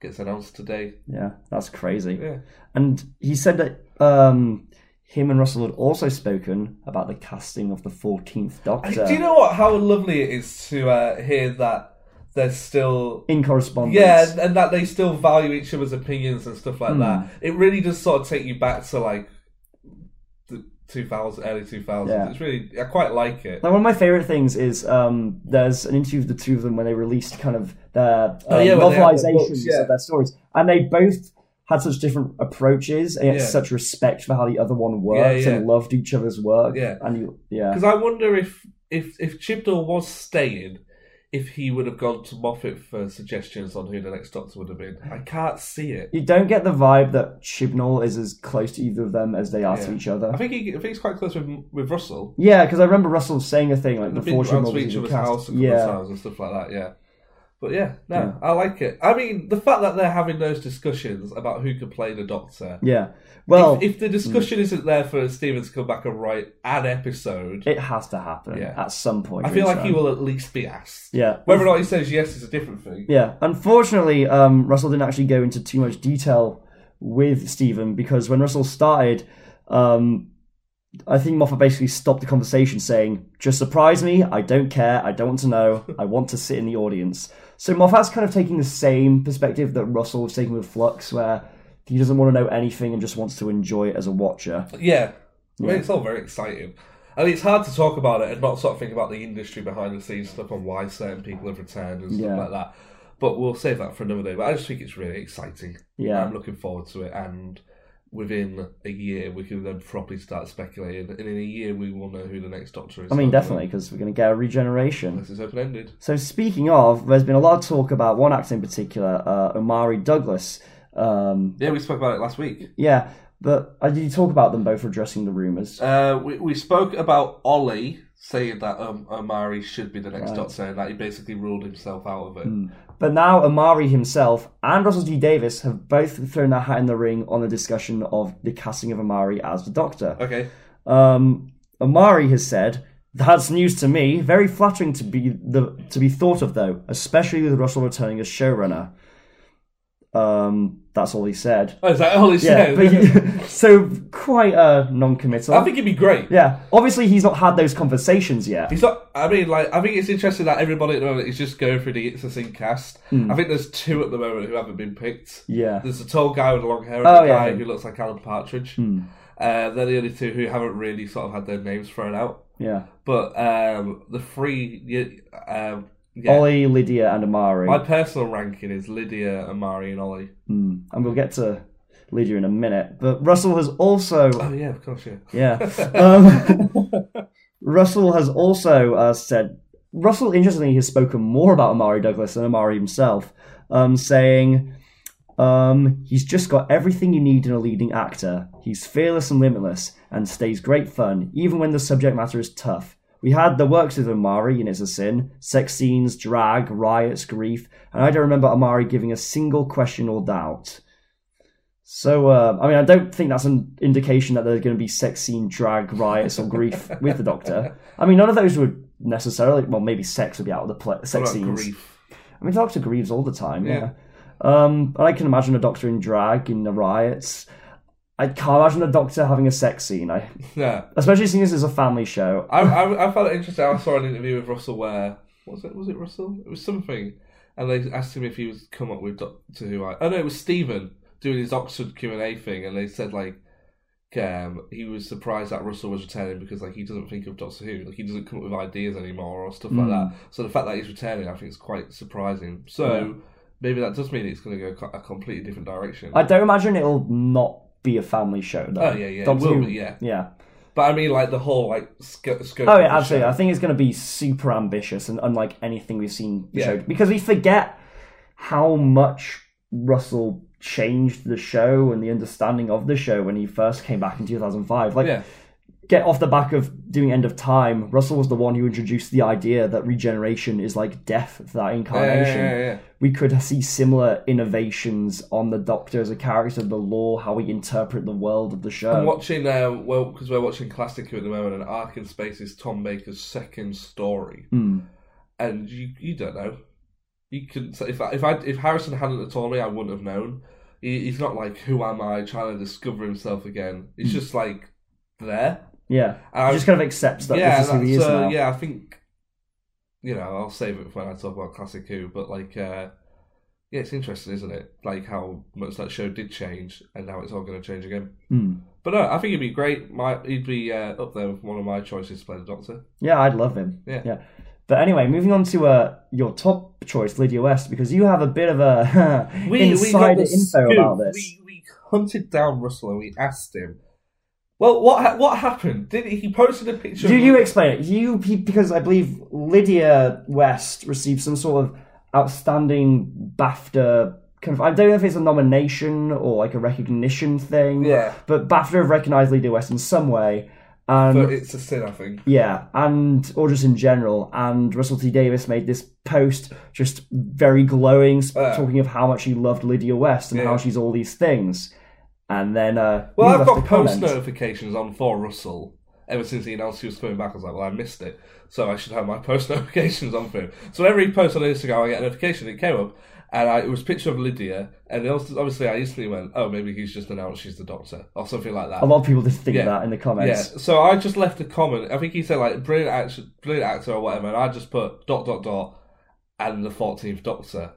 gets announced today.
Yeah, that's crazy.
Yeah.
And he said that um, him and Russell had also spoken about the casting of the 14th Doctor.
Do you know what? How lovely it is to uh, hear that there's still.
in correspondence.
Yeah, and- and that they still value each other's opinions and stuff like
Hmm.
that. It really does sort of take you back to like the 2000, early 2000s.
Yeah.
It's really, I quite like it.
Now, one of my favorite things is um, there's an interview of the two of them when they released kind of their um,
Oh, yeah, when they had their
novelizations
books, yeah.
of their stories, and they both had such different approaches and yet
Yeah.
such respect for how the other one works
Yeah, yeah.
and loved each other's work.
Yeah.
and you, yeah,
Because I wonder if if if Chibnall was staying, if he would have gone to Moffat for suggestions on who the next Doctor would have been. I can't see it.
you don't get the vibe that Chibnall is as close to either of them as they are to
Yeah.
each other.
I think he I think he's quite close with with Russell.
yeah, because I remember Russell saying a thing like
They've
before
been round
Chibnall
to
was
each
even
other's
cast.
house a couple of
Yeah,
times and stuff like that. Yeah. But yeah, no, I like it. I mean, the fact that they're having those discussions about who could play the Doctor.
yeah. Well,
if, if the discussion isn't there for Steven to come back and write an episode,
it has to happen
Yeah.
at some point.
I feel
during
like
this
he
round.
will at least be asked.
Yeah.
Whether or not he says yes is a different thing.
Yeah, unfortunately, um, Russell didn't actually go into too much detail with Stephen because when Russell started, um, I think Moffat basically stopped the conversation, saying, "Just surprise me. I don't care. I don't want to know. I want to sit in the audience." So Moffat's kind of taking the same perspective that Russell was taking with Flux, where he doesn't want to know anything and just wants to enjoy it as a watcher.
Yeah. I mean, it's all very exciting. I mean, it's hard to talk about it and not sort of think about the industry behind the scenes stuff and why certain people have returned and stuff
Yeah.
like that. But we'll save that for another day. But I just think it's really exciting.
Yeah.
I'm looking forward to it. And within a year, we can then properly start speculating. And in a year, we will know who the next Doctor is.
I mean, definitely, because we're going to get a regeneration.
This is open ended.
So speaking of, there's been a lot of talk about one actor in particular, uh, Omari Douglas. Um,
Yeah, we spoke about it last week.
yeah, but uh, did you talk about them both addressing the rumours?
Uh, we, we spoke about Ollie saying that um, Omari should be the next Doctor and that he basically ruled himself out of it.
Hmm. But now Amari himself and Russell D. Davis have both thrown their hat in the ring on the discussion of the casting of Amari as the Doctor.
Okay.
Um, Amari has said, "That's news to me. Very flattering to be the to be thought of, though, especially with Russell returning as showrunner." Um, that's all he said.
Oh, is that all he
Yeah,
said?
but he- so quite uh, non-committal.
I think it'd be great.
yeah, obviously he's not had those conversations yet.
He's not. I mean, like, I think it's interesting that everybody at the moment is just going through the It's a Sin cast. I think there's two at the moment who haven't been picked.
Hmm. Yeah.
There's the tall guy with the long hair and
Oh,
the
yeah,
guy
him. Hmm.
who looks like Alan Partridge. Uh, they're the only two who haven't really sort of had their names thrown out.
Yeah,
But um, the three, yeah, um, yeah.
Ollie, Lydia, and Amari.
My personal ranking is Lydia, Amari, and Ollie.
and we'll get to Lydia in a minute. But Russell has also,
Oh yeah, of course, yeah.
yeah, um, Russell has also uh, said. Russell, interestingly, has spoken more about Amari Douglas than Amari himself, um, saying um, he's just got everything you need in a leading actor. He's fearless and limitless, and stays great fun, even when the subject matter is tough. We had the works with Amari in It's a Sin, sex scenes, drag, riots, grief, and I don't remember Amari giving a single question or doubt. So, uh, I mean, I don't think that's an indication that there's going to be sex scene, drag, riots, or grief with the Doctor. I mean, none of those would necessarily. Well, maybe sex would be out of the play,
What
sex
about
scenes.
grief?
I mean, the Doctor grieves all the time.
Yeah.
Yeah. Um, and I can imagine a Doctor in drag in the riots. I can't imagine a Doctor having a sex scene. I,
Yeah.
especially seeing as it's a family show.
I, I, I found it interesting. I saw an interview with Russell Ware. Was it? Was it Russell? It was something, and they asked him if he was come up with Doctor Who. I, oh no, it was Stephen doing his Oxford Q and A thing, and they said like, um, he was surprised that Russell was returning because like he doesn't think of Doctor Who, like he doesn't come up with ideas anymore or stuff like that. So the fact that he's returning, I think, is quite surprising. So maybe that does mean it's going to go co- a completely different direction.
I don't imagine it'll not be a family show though.
Oh, yeah, yeah, it
Doctor
will
Who-
be, yeah.
yeah.
but I mean, like the whole like sco- scope.
Oh
of
yeah,
the
absolutely.
show.
I think it's going to be super ambitious and unlike anything we've seen the
Yeah.
show because we forget how much Russell changed the show and the understanding of the show when he first came back in 2005. Like
Yeah.
get off the back of doing End of Time, Russell was the one who introduced the idea that regeneration is like death for that incarnation.
Yeah, yeah, yeah, yeah.
We could see similar innovations on the Doctor as a character, the law, how we interpret the world of the show.
I'm watching, uh, well, because we're watching Classic at the moment, and Ark in Space is Tom Baker's second story.
Hmm.
And you, you don't know. You couldn't say, if, I, if, I, if Harrison hadn't have told me, I wouldn't have known. He, he's not like, who am I, trying to discover himself again. It's
Hmm.
just like, there.
yeah,
I-
he just kind of accepts that
Uh, yeah,
this is who he is
that's, uh,
now.
yeah, I think, you know, I'll save it for when I talk about Classic Who, but like, uh, yeah, it's interesting, isn't it? Like how much that show did change, and now it's all going to change again.
Hmm.
But no, I think it'd be great. My, he'd be uh, up there with one of my choices to play the Doctor.
Yeah, I'd love him.
Yeah.
But anyway, moving on to uh, your top choice, Lydia West, because you have a bit of a
got
insider
the
info
scoop.
about this.
We, we hunted down Russell and we asked him. Well, what ha- what happened? Did he, he posted a picture?
Do
of-
you explain it? You he- because I believe Lydia West received some sort of outstanding BAFTA. Kind of, I don't know if it's a nomination or like a recognition thing.
Yeah.
But BAFTA have recognised Lydia West in some way, and
But it's a sin, I think.
yeah, and or just in general. And Russell T Davis made this post, just very glowing, sp- talking of how much he loved Lydia West and how she's all these things. And then, uh, you
Well, I've
left
got
a
post
comment.
notifications on for Russell ever since he announced he was coming back. I was like, well, I missed it, so I should have my post notifications on for him. So every post on Instagram, I get a notification. It came up, and I, it was a picture of Lydia, and it also, obviously, I instantly went, oh, maybe he's just announced she's the doctor or something like that.
A lot of people did think
Yeah.
that in the comments.
Yeah, so I just left a comment. I think he said like brilliant actor, brilliant actor or whatever, and I just put dot dot dot and the fourteenth Doctor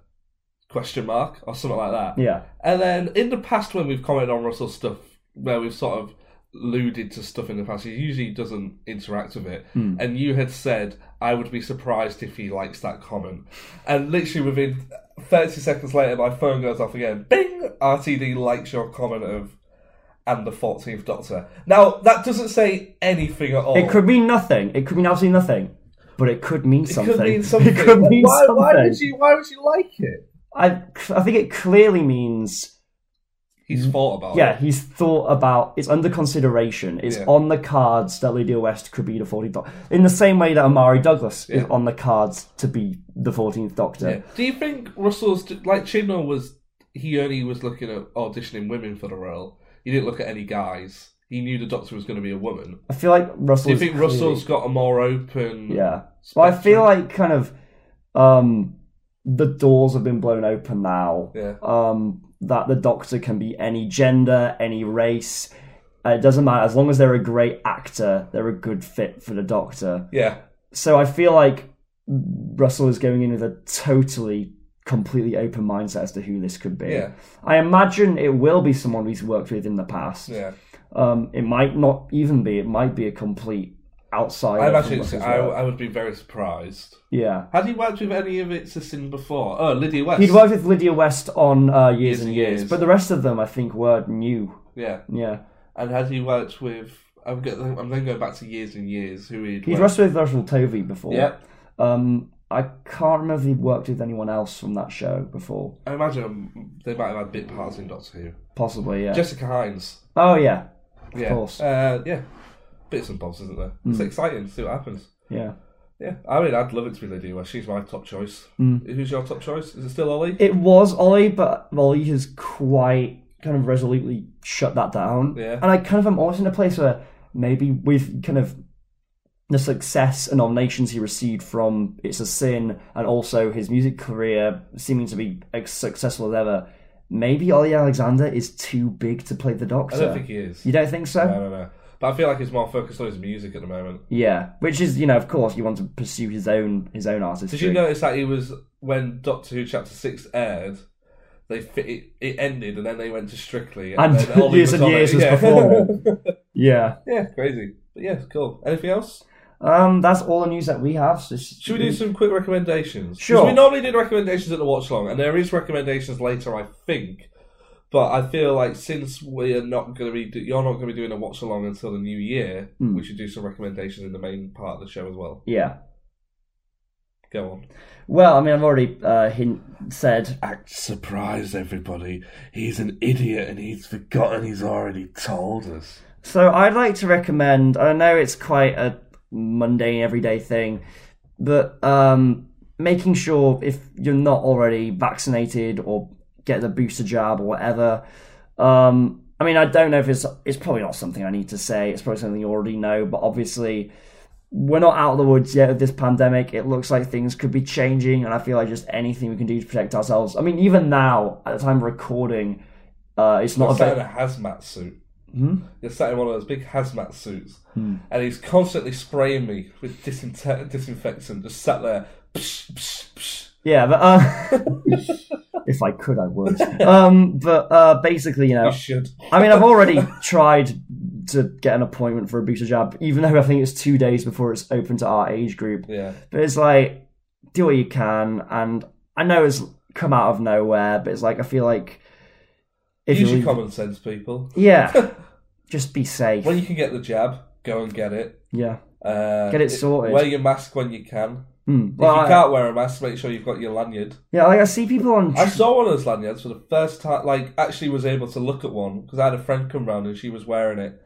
question mark or something like that.
Yeah.
And then in the past, when we've commented on Russell's stuff, where we've sort of alluded to stuff in the past, he usually doesn't interact with it.
Hmm.
And you had said I would be surprised if he likes that comment, and literally within 30 seconds later, my phone goes off again. Bing! RTD likes your comment of, and the 14th Doctor. Now, that doesn't say anything at all.
It could mean nothing. It could mean absolutely nothing. But it could mean
Oh. It
something.
could mean something.
It could
Like,
mean
why,
something.
why did you? Why would you like it?
I, I think it clearly means
He's thought about
Hmm. Yeah,
it.
he's thought about it's under consideration. It's
Yeah.
on the cards that Lydia West could be the 14th Doctor. In the same way that Amari Douglas is
Yeah.
on the cards to be the 14th Doctor.
Yeah. Do you think Russell's like Chibnall was? He only was looking at auditioning women for the role. He didn't look at any guys. He knew the Doctor was going to be a woman.
I feel like Russell.
Do you think Russell's got a more open?
Yeah. Well, I feel like kind of um, the doors have been blown open now.
Yeah.
Um, that the Doctor can be any gender, any race. Uh, it doesn't matter. As long as they're a great actor, they're a good fit for the Doctor.
Yeah.
so I feel like Russell is going in with a totally, completely open mindset as to who this could be.
Yeah.
I imagine it will be someone he's worked with in the past.
Yeah.
Um, it might not even be. It might be a complete outside.
I imagine. It's, I, I would be very surprised.
yeah.
Had he worked with any of its sin before? Oh, Lydia West.
He'd worked with Lydia West on uh, years,
Years
and
and
years,
Years.
but the rest of them, I think, were new.
Yeah.
Yeah.
And had he worked with? I'm, go- I'm then going back to years and years. Who he'd,
He'd
worked-
wrestled with Russell Tovey before.
Yeah.
Um, I can't remember if he worked with anyone else from that show before.
I imagine um, they might have had bit parts in Doctor Who.
Possibly, yeah.
Jessica Hines.
oh, yeah.
Yeah.
course.
Uh, yeah. Bits and bobs, isn't there? It's
Mm.
exciting to see what happens.
Yeah.
Yeah. I mean, I'd love it to be Lydia West. She's my top choice.
Mm.
Who's your top choice? Is it still Ollie?
It was Ollie, but Ollie has quite kind of resolutely shut that down.
Yeah.
And I kind of am almost in a place where maybe with kind of the success and nominations he received from It's a Sin and also his music career seeming to be as successful as ever, maybe Ollie Alexander is too big to play the Doctor.
I don't think he is.
You don't think so?
I don't know. But I feel like he's more focused on his music at the moment.
Yeah. Which is, you know, of course, you want to pursue his own his own artistry.
Did you notice that he was when Doctor Who Chapter Six aired? They fit, it, it ended and then they went to Strictly
And
then Ollie
years
was
and
on it.
years was
Yeah.
performing. Yeah.
yeah, crazy. But yeah, cool. Anything else?
Um, that's all the news that we have. So
Should we do
Mm-hmm.
some quick recommendations? 'Cause
Sure.
We normally did recommendations at the watch long, and there is recommendations later, I think. But I feel like since we are not going to be, do- you're not going to be doing a watch along until the new year.
Mm.
We should do some recommendations in the main part of the show as well.
Yeah.
Go on.
Well, I mean, I've already uh, hint said.
Act surprised, everybody. He's an idiot and he's forgotten he's already told us.
So I'd like to recommend. I know it's quite a mundane, everyday thing, but um, making sure if you're not already vaccinated or get the booster jab or whatever. Um, I mean, I don't know if it's it's probably not something I need to say. It's probably something you already know, but obviously. We're not out of the woods yet of this pandemic. It looks like things could be changing, and I feel like just anything we can do to protect ourselves. I mean, even now, at the time of recording, uh, it's not
You're sat
about
in a hazmat suit.
Hmm?
You're sat in one of those big hazmat suits, and he's constantly spraying me with disinfect- disinfectant. Just sat there. Psh, psh, psh.
Yeah, but uh, if I could, I would. Um, but uh, basically, you know,
You should.
I mean, I've already tried to get an appointment for a booster jab, even though I think it's two days before it's open to our age group.
Yeah.
But it's like, do what you can, and I know it's come out of nowhere, but it's like I feel like if
Use
you
your common sense, people.
yeah, just be safe.
When you can get the jab, go and get it.
Yeah.
Uh,
Get it sorted.
Wear your mask when you can.
Hmm.
If
Well,
you
I-
can't wear a mask, make sure you've got your lanyard.
yeah, like I see people on.
I saw one of those lanyards for the first time. Like, actually, was able to look at one because I had a friend come round and she was wearing it,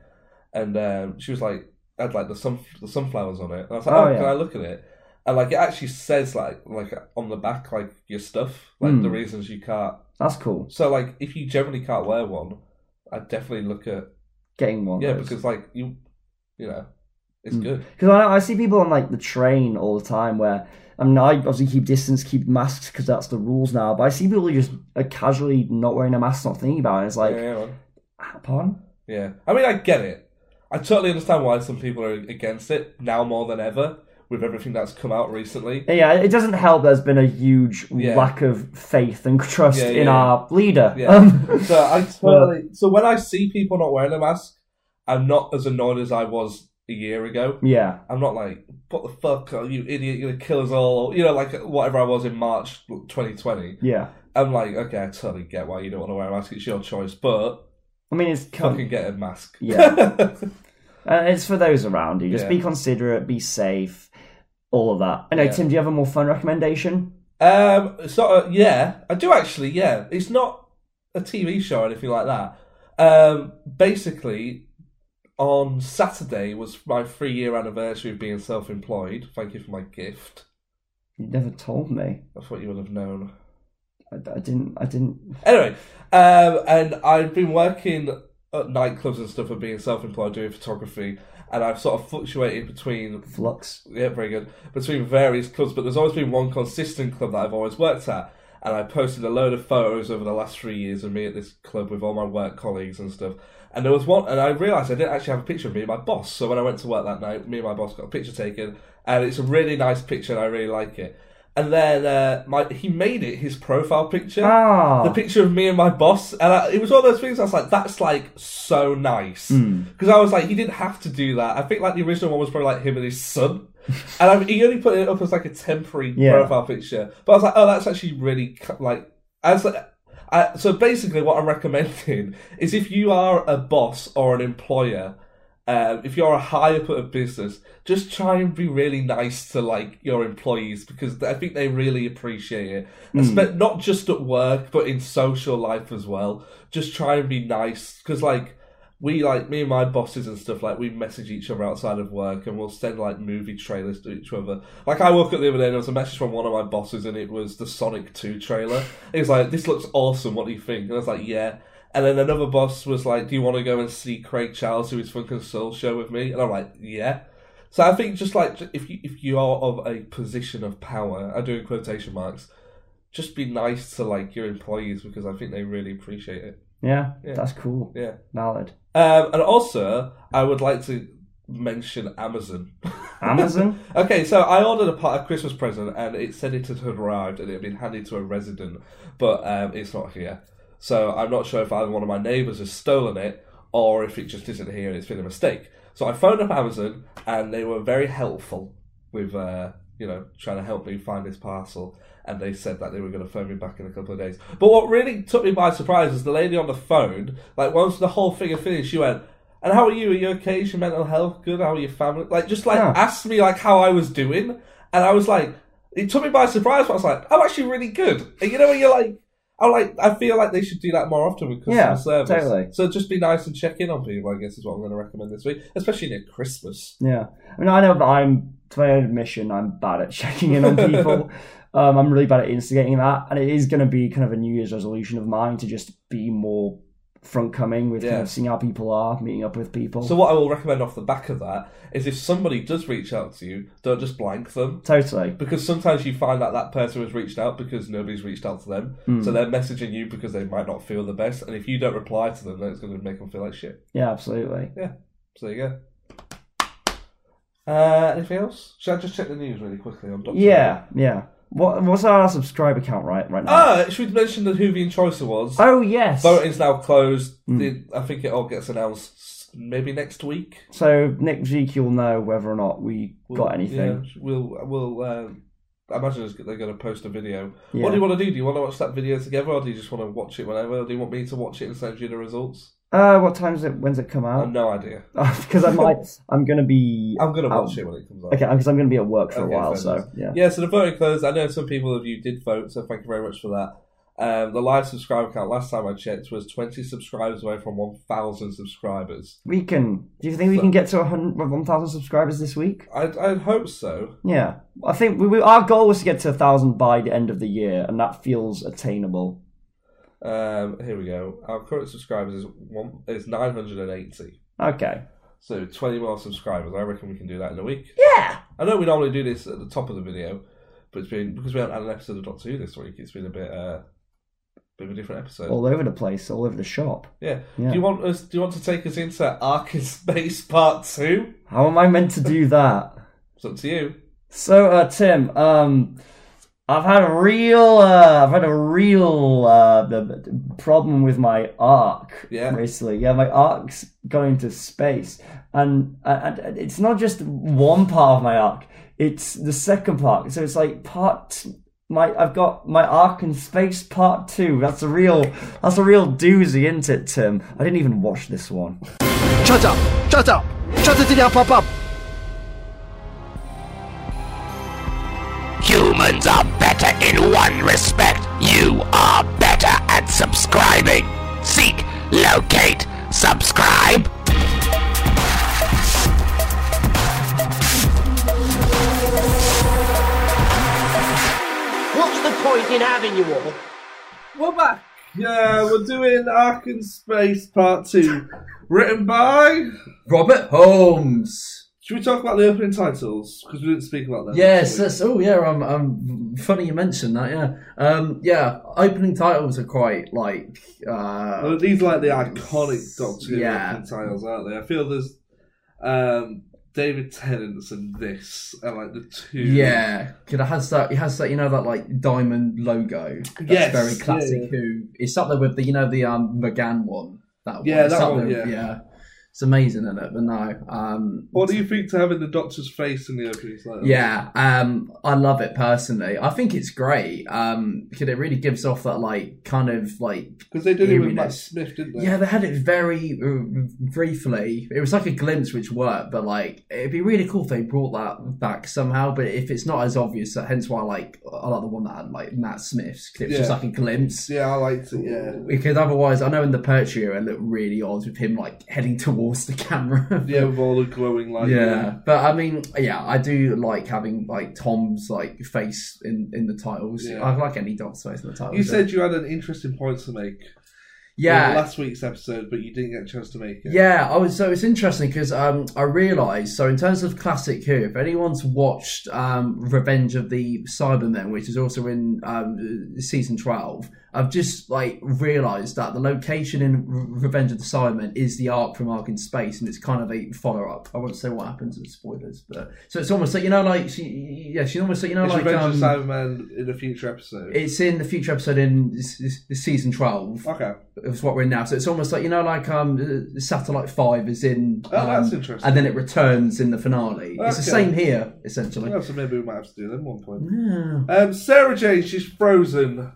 and um, she was like, had like the sun the sunflowers on it, and I was like,
Oh,
oh,
yeah.
can I look at it? And like, it actually says like like on the back like your stuff, like
Hmm.
the reasons you can't.
That's cool.
So like, if you generally can't wear one, I'd definitely look at
Getting one.
yeah
of those.
because like you, you know, it's
Hmm.
good.
Because I, I see people on like the train all the time where I mean I obviously keep distance, keep masks because that's the rules now. But I see people just uh, casually not wearing a mask, not thinking about it. It's like,
Yeah, man.
ah, pardon?
Yeah. I mean, I get it. I totally understand why some people are against it now more than ever with everything that's come out recently.
Yeah, it doesn't help. There's been a huge
Yeah.
lack of faith and trust
Yeah,
in
yeah.
our leader.
Yeah.
Um,
So I totally. So when I see people not wearing a mask, I'm not as annoyed as I was a year ago.
Yeah.
I'm not like, what the fuck, are you idiot, you're gonna kill us all, or, you know, like whatever I was in March 2020.
Yeah.
I'm like, okay, I totally get why you don't want to wear a mask, it's your choice, but
I mean, it's
fucking get a mask.
Yeah. Uh, it's for those around you. Just
Yeah.
be considerate, be safe, all of that. I know,
Yeah.
Tim, do you have a more fun recommendation?
Um, sort of, yeah, I do actually. Yeah, it's not a TV show or anything like that. Um, basically, on Saturday was my three-year anniversary of being self-employed. Thank you for my gift.
You never told me.
That's what you would have known.
I, I didn't. I didn't.
Anyway, um, and I've been working at nightclubs and stuff and being self-employed doing photography, and I've sort of fluctuated between
Flux.
Yeah, very good. Between various clubs, but there's always been one consistent club that I've always worked at. And I posted a load of photos over the last three years of me at this club with all my work colleagues and stuff. And there was one, and I realised I didn't actually have a picture of me and my boss. So when I went to work that night, me and my boss got a picture taken, and it's a really nice picture, and I really like it. And then uh, my he made it his profile picture,
Ah.
the picture of me and my boss, and I, it was one of those things. I was like, "That's like so nice," because I was like, "He didn't have to do that." I think like the original one was probably like him and his son, and I, he only put it up as like a temporary
Yeah.
profile picture. But I was like, "Oh, that's actually really cu- like." As I, so basically, what I'm recommending is if you are a boss or an employer, um, if you're a higher put of business, just try and be really nice to like your employees because I think they really appreciate it. Espe- not just at work, but in social life as well. Just try and be nice because like we like me and my bosses and stuff like we message each other outside of work and we'll send like movie trailers to each other. Like I woke up the other day and there was a message from one of my bosses and it was the Sonic Two trailer. It was like, "This looks awesome. What do you think?" And I was like, "Yeah." And then another boss was like, "Do you want to go and see Craig Charles do his Funk and Soul show with me?" And I'm like, "Yeah." So I think just like if you if you are of a position of power, I do in quotation marks, just be nice to like your employees because I think they really appreciate it.
Yeah, that's cool.
Yeah.
Valid.
Um, and also, I would like to mention Amazon.
Amazon.
Okay, so I ordered a, part, a Christmas present, and it said it had arrived and it had been handed to a resident, but um, it's not here. So I'm not sure if either one of my neighbours has stolen it or if it just isn't here and it's been a mistake. So I phoned up Amazon, and they were very helpful with uh, you know trying to help me find this parcel. And they said that they were going to phone me back in a couple of days. But what really took me by surprise was the lady on the phone. Like once the whole thing had finished, she went. And how are you? Are you okay? Is your mental health good? How are your family? Like, just like
Yeah.
asked me like how I was doing, and I was like, it took me by surprise. But I was like, I'm actually really good. And you know when you're like, I'm like, I feel like they should do that more often with customer
Yeah,
service.
totally.
So just be nice and check in on people. I guess is what I'm going to recommend this week, especially near Christmas.
Yeah. I mean, I know that I'm, to my own admission, I'm bad at checking in on people. um, I'm really bad at instigating that. And it is going to be kind of a New Year's resolution of mine to just be more front coming with kind
Yeah.
of seeing how people are, meeting up with people.
So what I will recommend off the back of that is if somebody does reach out to you, don't just blank them.
totally.
Because sometimes you find that that person has reached out because nobody's reached out to them, so they're messaging you because they might not feel the best, and if you don't reply to them, then it's going to make them feel like shit.
Yeah, absolutely.
So there you go. Uh, anything else? Should I just check the news really quickly on Doctor?
Yeah, yeah. What, what's our subscriber count right right now?
Ah, should we mention the Hoovian Choice Awards?
oh yes.
Voting's now closed. The- I think it all gets announced maybe next week.
So Nick Zeke, you'll know whether or not we got anything.
Yeah, we'll we'll. Um, I imagine it's- they're going to post a video.
Yeah.
What do you want to do? Do you want to watch that video together, or do you just want to watch it whenever? Or do you want me to watch it and send you the results?
Uh, what time is it? When's it come
I have
out?
no idea.
Because I might. I'm gonna be.
I'm going to watch
out.
it when it comes out.
Okay, because I'm gonna be at work for
Okay,
a while.
fair
So
enough.
yeah.
Yeah, so the voting closed. I know some people of you did vote, so thank you very much for that. Um, the live subscriber count last time I checked was 20 subscribers away from 1,000 subscribers.
We can. Do you think we can get to 100 1,000 subscribers this week?
I'd, I'd hope so.
Yeah, I think we, we, our goal was to get to a thousand by the end of the year, and that feels attainable.
Um, here we go. Our current subscribers is one is 980.
Okay.
So 20 more subscribers. I reckon we can do that in a week.
Yeah.
I know we normally do this at the top of the video, but it's been because we haven't had an episode of Doctor Who this week. It's been a bit, uh, bit of a different episode.
All over the place, all over the shop.
yeah.
yeah.
Do you want us? Do you want to take us into Ark in Space Part Two?
How am I meant to do that?
It's up to you.
So, uh, Tim, um, I've had a real, uh, I've had a real uh, b- b- problem with my arc
Yeah.
recently. Yeah, my arc's going to space, and, uh, and and it's not just one part of my arc; it's the second part. So it's like part my I've got my arc in space part two. That's a real, that's a real doozy, isn't it, Tim? I didn't even watch this one.
Shut up! Shut up! Shut the thing up, up, up!
Humans are better in one respect. You are better at subscribing. Seek, locate, subscribe.
What's the point in having you all?
We're back. Yeah, Uh, we're doing Ark in Space Part 2. Written by.
Robert Holmes.
Should we talk about the opening titles? Because we didn't speak about that.
Yes, that's oh yeah. I'm, I'm funny you mentioned that. Yeah, um, yeah. Opening titles are quite like uh,
Well, these are like the iconic Doctor Who
Yeah.
opening titles, aren't they? I feel there's um, David Tennant's and this are like the two.
Yeah, because it has that. It has that. You know that like diamond logo. That's
Yes,
very
yeah,
classic.
yeah.
Who it's up there with the you know the um McGann one. That one.
Yeah,
It's
that
up
one,
there with-
yeah.
It's amazing, isn't it? But no, um,
What do you think to having the Doctor's face in the opening titles?
yeah, um, I love it personally. I think it's great um, because it really gives off that like kind of like
Because they did it with Matt
eeriness.
Smith, didn't they?
Yeah, they had it very uh, briefly. It was like a glimpse which worked, but like it'd be really cool if they brought that back somehow. But if it's not as obvious, hence why I like I like the one that had like Matt Smith's. 'cause It was just
Yeah.
like a glimpse.
Yeah, I liked it, yeah.
Because otherwise, I know in the perch era it looked really odd with him like heading towards the camera.
Yeah, with all the glowing light.
Yeah, but I mean, yeah, I do like having like Tom's like face in in the titles.
Yeah.
I like any Doctor's face in the titles.
You said you had an interesting point to make.
yeah,
in last week's episode, but you didn't get a chance to make it.
Yeah, I was. So it's interesting because um, I realised. So in terms of classic Who, if anyone's watched um, Revenge of the Cybermen, which is also in um, season twelve, I've just like realised that the location in Re- Revenge of the Cybermen is the arc from Ark in Space, and it's kind of a follow up. I won't say what happens in spoilers, but so it's almost like you know, like she, yeah, she's almost like you know,
It's
like
Revenge
um,
of Cyberman in a future episode.
it's in the future episode in s- s- season twelve
okay.
is what we're in now. So it's almost like you know, like um, Satellite Five is in,
Oh,
um,
that's interesting.
and then it returns in the finale. It's the
Okay.
same here, essentially.
Yeah, so maybe we might have to do them at one point. Um, Sarah Jane, she's frozen.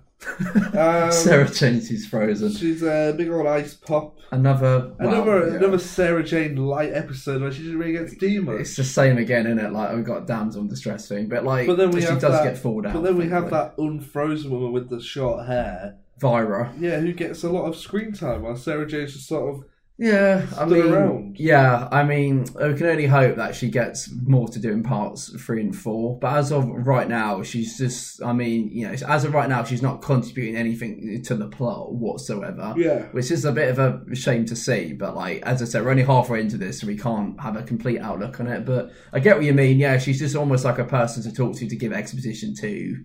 Um,
Sarah Chase is frozen.
She's a big old ice pop.
Another, well,
another
Oh, yeah.
another Sarah Jane light episode where she's really against demons.
It's the same again, isn't it? Like oh, we've got damsel in distress thing, but like
But then we
she
have
does
that,
get fall down.
But then we have
thankfully.
that unfrozen woman with the short hair.
Vira.
Yeah, who gets a lot of screen time while Sarah Jane's just sort of
Yeah, I
Stood
mean,
around.
yeah, I mean, we can only hope that she gets more to do in parts three and four. But as of right now, she's just, I mean, you know, as of right now, she's not contributing anything to the plot whatsoever.
Yeah.
which is a bit of a shame to see. But like, as I said, we're only halfway into this, so we can't have a complete outlook on it. But I get what you mean. Yeah, she's just almost like a person to talk to to give exposition to.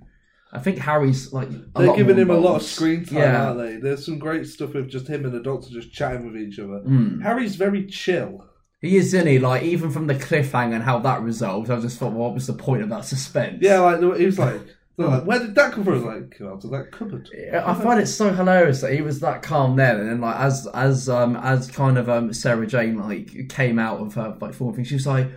I think Harry's like a
They're
lot
giving
more
him a lot of
involved.
screen time,
Yeah.
aren't they? There's some great stuff with just him and the doctor just chatting with each other. Harry's very chill.
He is, isn't he? Like, even from the cliffhanger and how that resolved, I just thought, well, what was the point of that suspense?
Yeah, like the- he was like, they're like, where did that come from? He's like, come out of that cupboard.
I find it so hilarious that he was that calm then, and then like as as um as kind of um Sarah Jane like came out of her like form thing, she was like,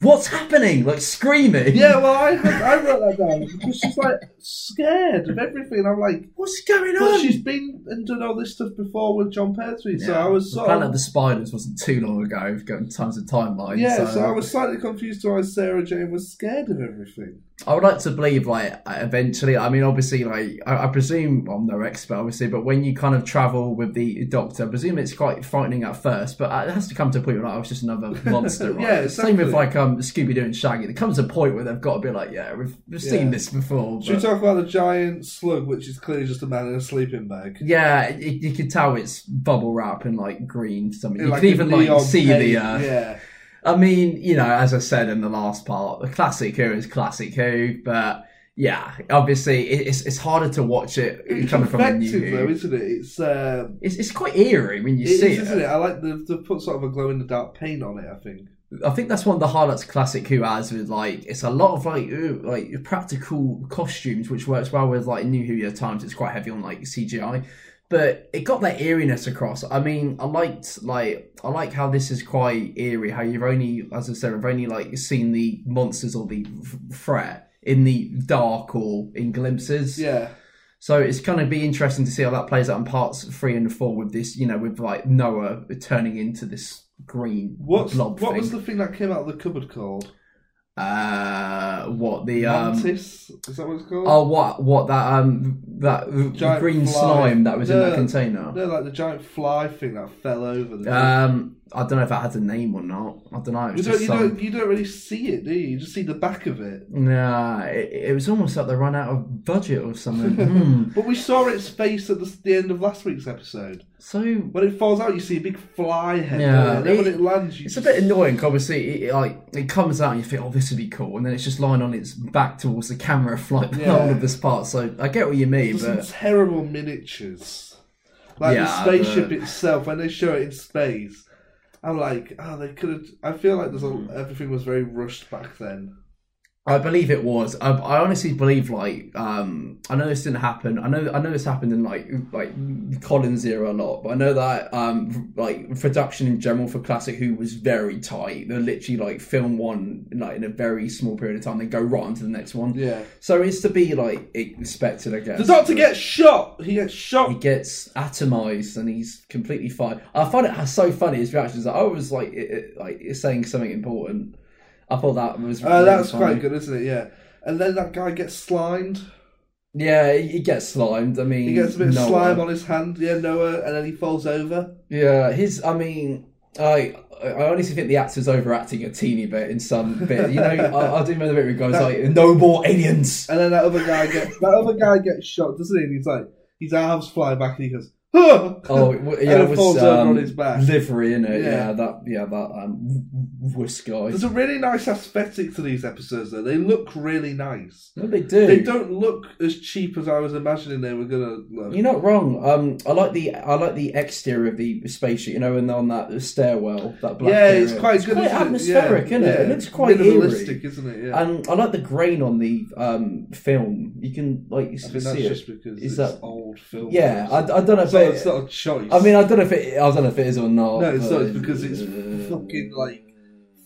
"What's happening?" like screaming.
Yeah, well, I had, I wrote that down because she's like scared of everything. I'm like,
what's going
but
on?
she's been and done all this stuff before with John Pertwee, so
Yeah.
I was
The
sort
Planet
of
of the Spiders wasn't too long ago, going times and timelines.
yeah. So I was slightly confused why Sarah Jane was scared of everything.
I would like to believe, like, eventually. I mean, obviously, like, I, I presume well, I'm no expert, obviously, but when you kind of travel with the doctor, I presume it's quite frightening at first, but uh, it has to come to a point where like, I was just another monster, right?
Yeah,
Same with
exactly.
like um Scooby Doo and Shaggy. There comes a point where they've got to be like, yeah, we've, we've seen
Yeah.
this before.
Should we
but-
talk about the giant slug, which is clearly just a man in a sleeping bag?
yeah, you, you can tell it's bubble wrap and like green something. You
Like
can
a
even like
neon
see the
paint,
uh,
yeah.
I mean, you know, as I said in the last part, the classic Who is classic Who, but yeah, obviously it- it's it's harder to watch it
It's
coming from a new
effective though,
Who.
isn't it? It's um,
It's, it's quite eerie when you
it is,
see it.
isn't it? I like they've, they've put sort of a glow in the dark paint on it. I think
I think that's one of the highlights Classic Who has with like it's a lot of like ooh, like practical costumes, which works well with like New Who at times. It's quite heavy on like CGI, but it got that eeriness across. I mean, I liked like I like how this is quite eerie. How you've only, as I said, I've only like seen the monsters or the f- threat in the dark or in glimpses.
Yeah.
So it's going to be interesting to see how that plays out in parts three and four with this, you know, with like Noah turning into this green
What's,
blob
what
thing.
was the thing that came out of the cupboard called?
Uh, what the um?
Mantis? Is that what it's called?
Oh, what what that um that
Giant
green
fly.
slime that was in
No,
that container.
No, like the giant fly thing that fell over. The
Um, I don't know if that had a name or not. I don't know. It
you
was
don't,
just
you,
some...
don't, you don't really see it, do you? You just see the back of it.
Nah, it, it was almost like they run out of budget or something. Hmm.
But we saw its face at the, the end of last week's episode.
So
when it falls out, you see a big fly head.
Yeah,
Yeah, then when
it-
it lands, you
It's a bit annoying, 'cause obviously. It, it, like it comes out and you think, "Oh, this would be cool," and then it's just lying on its back towards the camera, flying
Yeah.
all of this part. So I get what you mean,
There's
but
some terrible miniatures. Like
Yeah,
the spaceship
the-
itself, when they show it in space, I'm like, oh, they could have. I feel like there's
Mm.
a, everything was very rushed back then.
I believe it was. I, I honestly believe like um, I know this didn't happen. I know I know this happened in like like Collins era a lot, but I know that um, like production in general for Classic Who was very tight. They're literally like film one like in a very small period of time, then go right on to the next one.
Yeah.
So it's to be like expected, I guess.
The doctor gets shot! He gets shot!
He gets atomized and he's completely fine. I find it so funny his reactions. I was like it, it, like it's saying something important. I thought that was.
Oh,
really
that's
funny.
quite good, isn't it? Yeah. And then that guy gets slimed.
Yeah, he he gets slimed. I mean,
He gets a bit of
Noah.
slime on his hand. Yeah, Noah, and then he falls over.
Yeah, his. I mean, I I honestly think the actor's overacting a teeny bit in some bit. You know, I, I do remember the bit where he goes
That-
like, "No more aliens."
And then that other guy gets that other guy gets shot, doesn't he? And he's like, his arms fly back, and he goes, "Huh!"
Oh, it w-
And
yeah,
then
it was
falls over on
um,
his back.
livery in it.
Yeah.
Yeah. that yeah that um w- whisk guy.
There's a really nice aesthetic to these episodes, though. They look really nice.
No, they do.
They don't look as cheap as I was imagining they were gonna look.
You're not wrong. Um, I like the I like the exterior of the spaceship. You know, and on that stairwell, that black.
yeah, it's
area.
quite good.
Quite
isn't it? Yeah,
atmospheric, isn't it?
yeah.
It looks quite
minimalistic,
eerie.
isn't it? Yeah.
And I like the grain on the um, film. You can like you
I
can
think that's
see
just
it.
because
Is
it's
that-
old film.
Yeah, I, I don't know if
So
it,
it's not a choice.
I mean, I don't know if it. I don't know if it is or not.
no, it's
but-
not. It's because it's
uh,
fucking like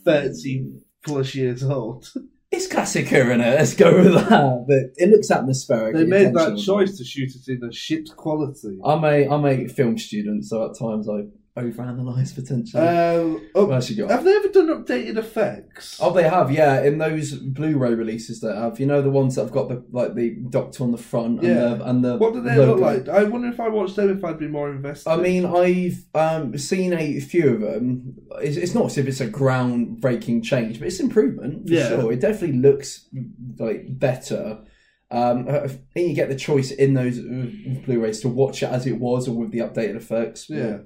thirty plus years old.
It's classic here, isn't it? Let's go with that. But it looks atmospheric.
They made that
intentional.
choice to shoot it in a shit quality.
I'm a I'm a film student, so at times I overanalyze potentially.
Um, oh,
What else you got?
Have they ever done updated effects?
Oh, they have, yeah. In those Blu-ray releases that have, you know, the ones that have got the like the Doctor on the front and
Yeah.
the and the
What do they
logo.
look like? I wonder if I watched them if I'd be more invested.
I mean, I've um, seen a few of them. It's, it's not as if it's a groundbreaking change, but it's improvement for
Yeah.
sure. It definitely looks like better. Um, I think you get the choice in those uh, Blu-rays to watch it as it was or with the updated effects. but
yeah,
I think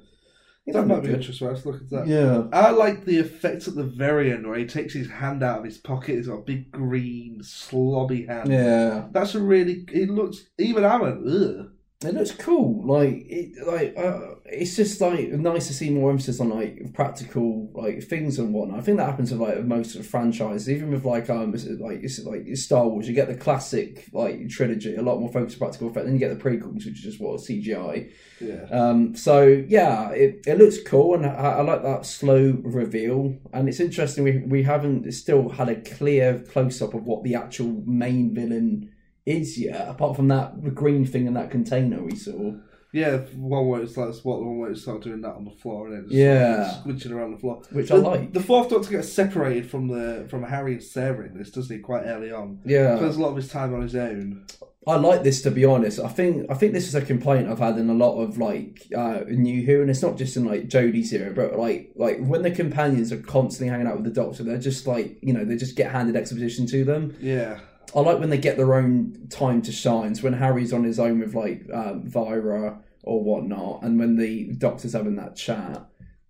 that
that'd
might be
good.
interesting. Let's look at that.
Yeah.
I like the effect at the very end where he takes his hand out of his pocket. He's got a big green slobby hand.
Yeah.
that's a really. It looks even. I went. Ugh.
It looks cool. Like it, like uh, it's just like nice to see more emphasis on like practical like things and whatnot. I think that happens with like most of the franchises, even with like um is it, like it's like Star Wars. You get the classic like trilogy, a lot more focus on practical effect. Then you get the prequels, which is just what CGI.
Yeah.
Um, so yeah, it, it looks cool, and I, I like that slow reveal. And it's interesting we we haven't still had a clear close up of what the actual main villain is yet, apart from that green thing in that container we saw.
Yeah, one where it's like what one where it's start doing that on the floor and it's
Yeah.
squinching around the floor,
Which
the,
I like.
The fourth Doctor gets separated from the from Harry and Sarah in this, doesn't he? Quite early on,
Yeah.
spends a lot of his time on his own.
I like this to be honest. I think I think this is a complaint I've had in a lot of like uh, New Who, and it's not just in like Jodie's era, but like like when the companions are constantly hanging out with the Doctor, they're just like you know they just get handed exposition to them.
Yeah,
I like when they get their own time to shine. So when Harry's on his own with like um, Vira or whatnot, and when the Doctor's having that chat,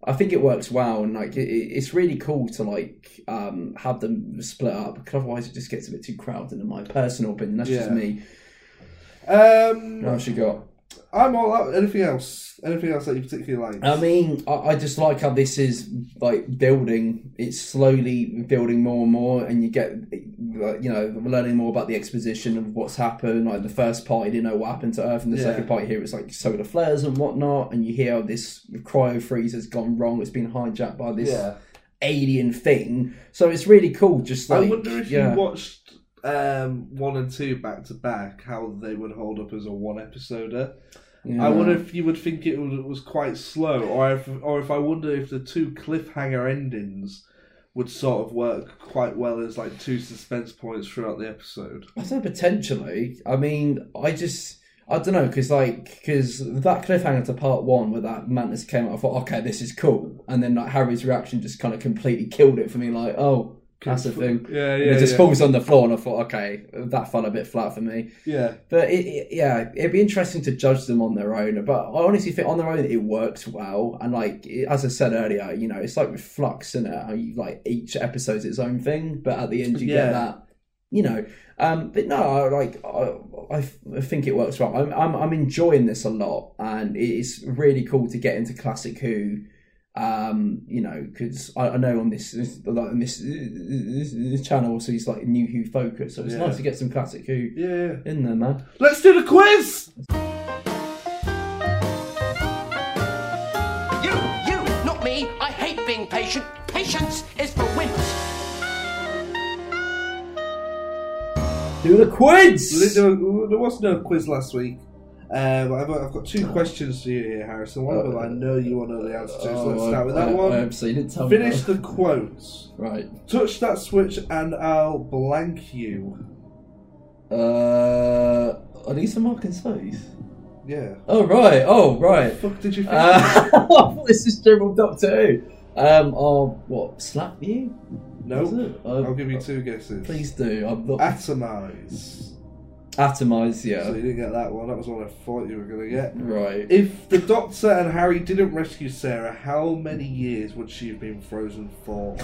I think it works well. And like it, it- it's really cool to like um, have them split up because otherwise it just gets a bit too crowded. In my personal opinion, that's just
Yeah.
me.
um,
What else you got?
I'm all out. Anything else? Anything else that you particularly like?
I mean, I, I just like how this is like building. It's slowly building more and more, and you get, like, you know, learning more about the exposition of what's happened. Like the first part, you didn't know what happened to Earth, and the
Yeah.
second part here, it's like solar flares and whatnot, and you hear this cryo freeze has gone wrong. It's been hijacked by this
Yeah.
alien thing. So it's really cool. Just like
I wonder if
yeah.
you watched um, one and two back to back, how they would hold up as a one episoder.
Yeah.
I wonder if you would think it was was quite slow, or if, or if I wonder if the two cliffhanger endings would sort of work quite well as like two suspense points throughout the episode.
I don't know, potentially. I mean, I just, I don't know, because like, because that cliffhanger to part one where that mantis came out, I thought, okay, this is cool, and then like Harry's reaction just kind of completely killed it for me. Like, oh, that's the thing.
Yeah,
And
yeah,
It just
yeah.
falls on the floor, and I thought, okay, that fell a bit flat for me.
Yeah.
But it, it, yeah, it'd be interesting to judge them on their own. But I honestly think on their own it works well. And like it, as I said earlier, you know, it's like with Flux, isn't it? How you, like each episode's its own thing, but at the end you
Yeah.
get that, you know. Um, but no, I, like I, I f- I think it works well. I'm, I'm I'm enjoying this a lot, and it's really cool to get into classic Who. Um, you know, because I, I know on this, this like on this, this, this channel also is like new Who focus, so it's
Yeah.
nice to get some classic Who
Yeah.
in there, man.
Let's do the quiz.
You, you, not me. I hate being patient. Patience is for wimps.
Do the quiz.
There was- there was no quiz last week. Um, I've, I've got two questions for you here, Harrison. One of them I know you want to know the answer to, so let's
Uh, Oh,
start with that
I-
one.
I absolutely tell me
Finish
that.
the quotes.
Right.
Touch that switch and I'll blank you.
Uh, I need some marking space.
Yeah.
Oh right. Oh right.
What the fuck did you think?
Uh, this is General Doctor Who. Um, I'll what slap you?
No.
Is it? Uh,
I'll give you two guesses.
Please do. I'm not
Atomize.
atomize. Yeah.
So you didn't get that one. That was what I thought you were going to get.
Right.
If the Doctor and Harry didn't rescue Sarah, how many years would she have been frozen for?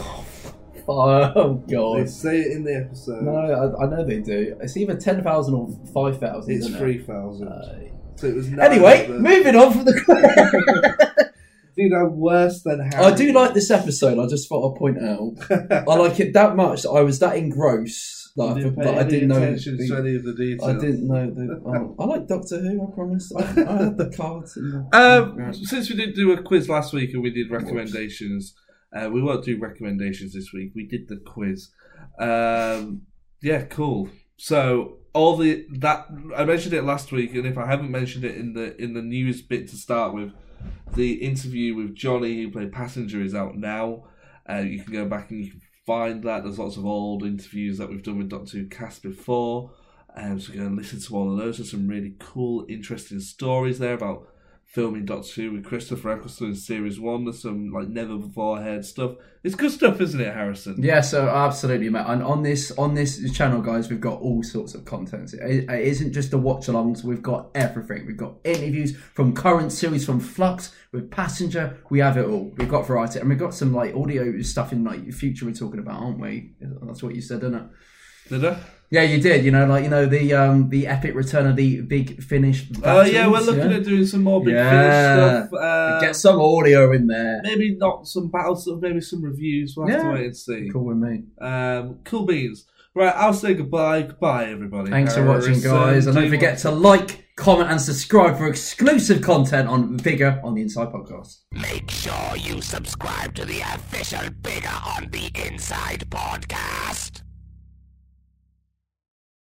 Oh
They
god.
say it in the episode.
No, I, I know they do. It's either ten thousand or five thousand.
It's three thousand. so it was nine
Anyway,
but-
moving on from the
Dude, I'm worse than Harry.
I do like this episode. I just thought I'd point out. I like it that much. that I was that engrossed that, I,
You didn't
for-
pay
that I
any
didn't know.
attention to
the-
any of the details.
I didn't know. The, oh, I like Doctor Who. I promise. I, I had the cards. And
Um, since we did do a quiz last week and we did recommendations, uh, we won't do recommendations this week. We did the quiz. Um, yeah, cool. So all the that I mentioned it last week, and if I haven't mentioned it in the in the news bit to start with, the interview with Johnny who played Passenger is out now. Uh, you can go back and you can find that. There's lots of old interviews that we've done with Doctor Who cast before. Um, so go and listen to all of those. There's some really cool, interesting stories there about filming Doctor Who with Christopher Eccleston in Series One. There's some like never before heard stuff. It's good stuff, isn't it, Harrison?
Yeah, so absolutely, mate. And on this on this channel, guys, we've got all sorts of content. It, it isn't just the watch-alongs. We've got everything. We've got interviews from current series, from Flux, with Passenger. We have it all. We've got variety, and we've got some like audio stuff in like future. We're talking about, aren't we? That's what you said, isn't it?
Did I?
Yeah, you did. You know, like you know the um the epic return of the big finish.
Oh yeah, we're looking at doing some more big
Yeah.
finish stuff. Uh,
get some audio in there.
maybe not some battle stuff, maybe some reviews. We'll have to
Yeah.
wait and see.
Cool with me.
Um, cool beans. Right, I'll say goodbye. Goodbye, everybody.
Thanks for watching,
Harrison,
guys, and
do
don't
you
forget to like, comment, and subscribe for exclusive content on Bigger on the Inside Podcast.
Make sure you subscribe to the official Bigger on the Inside podcast.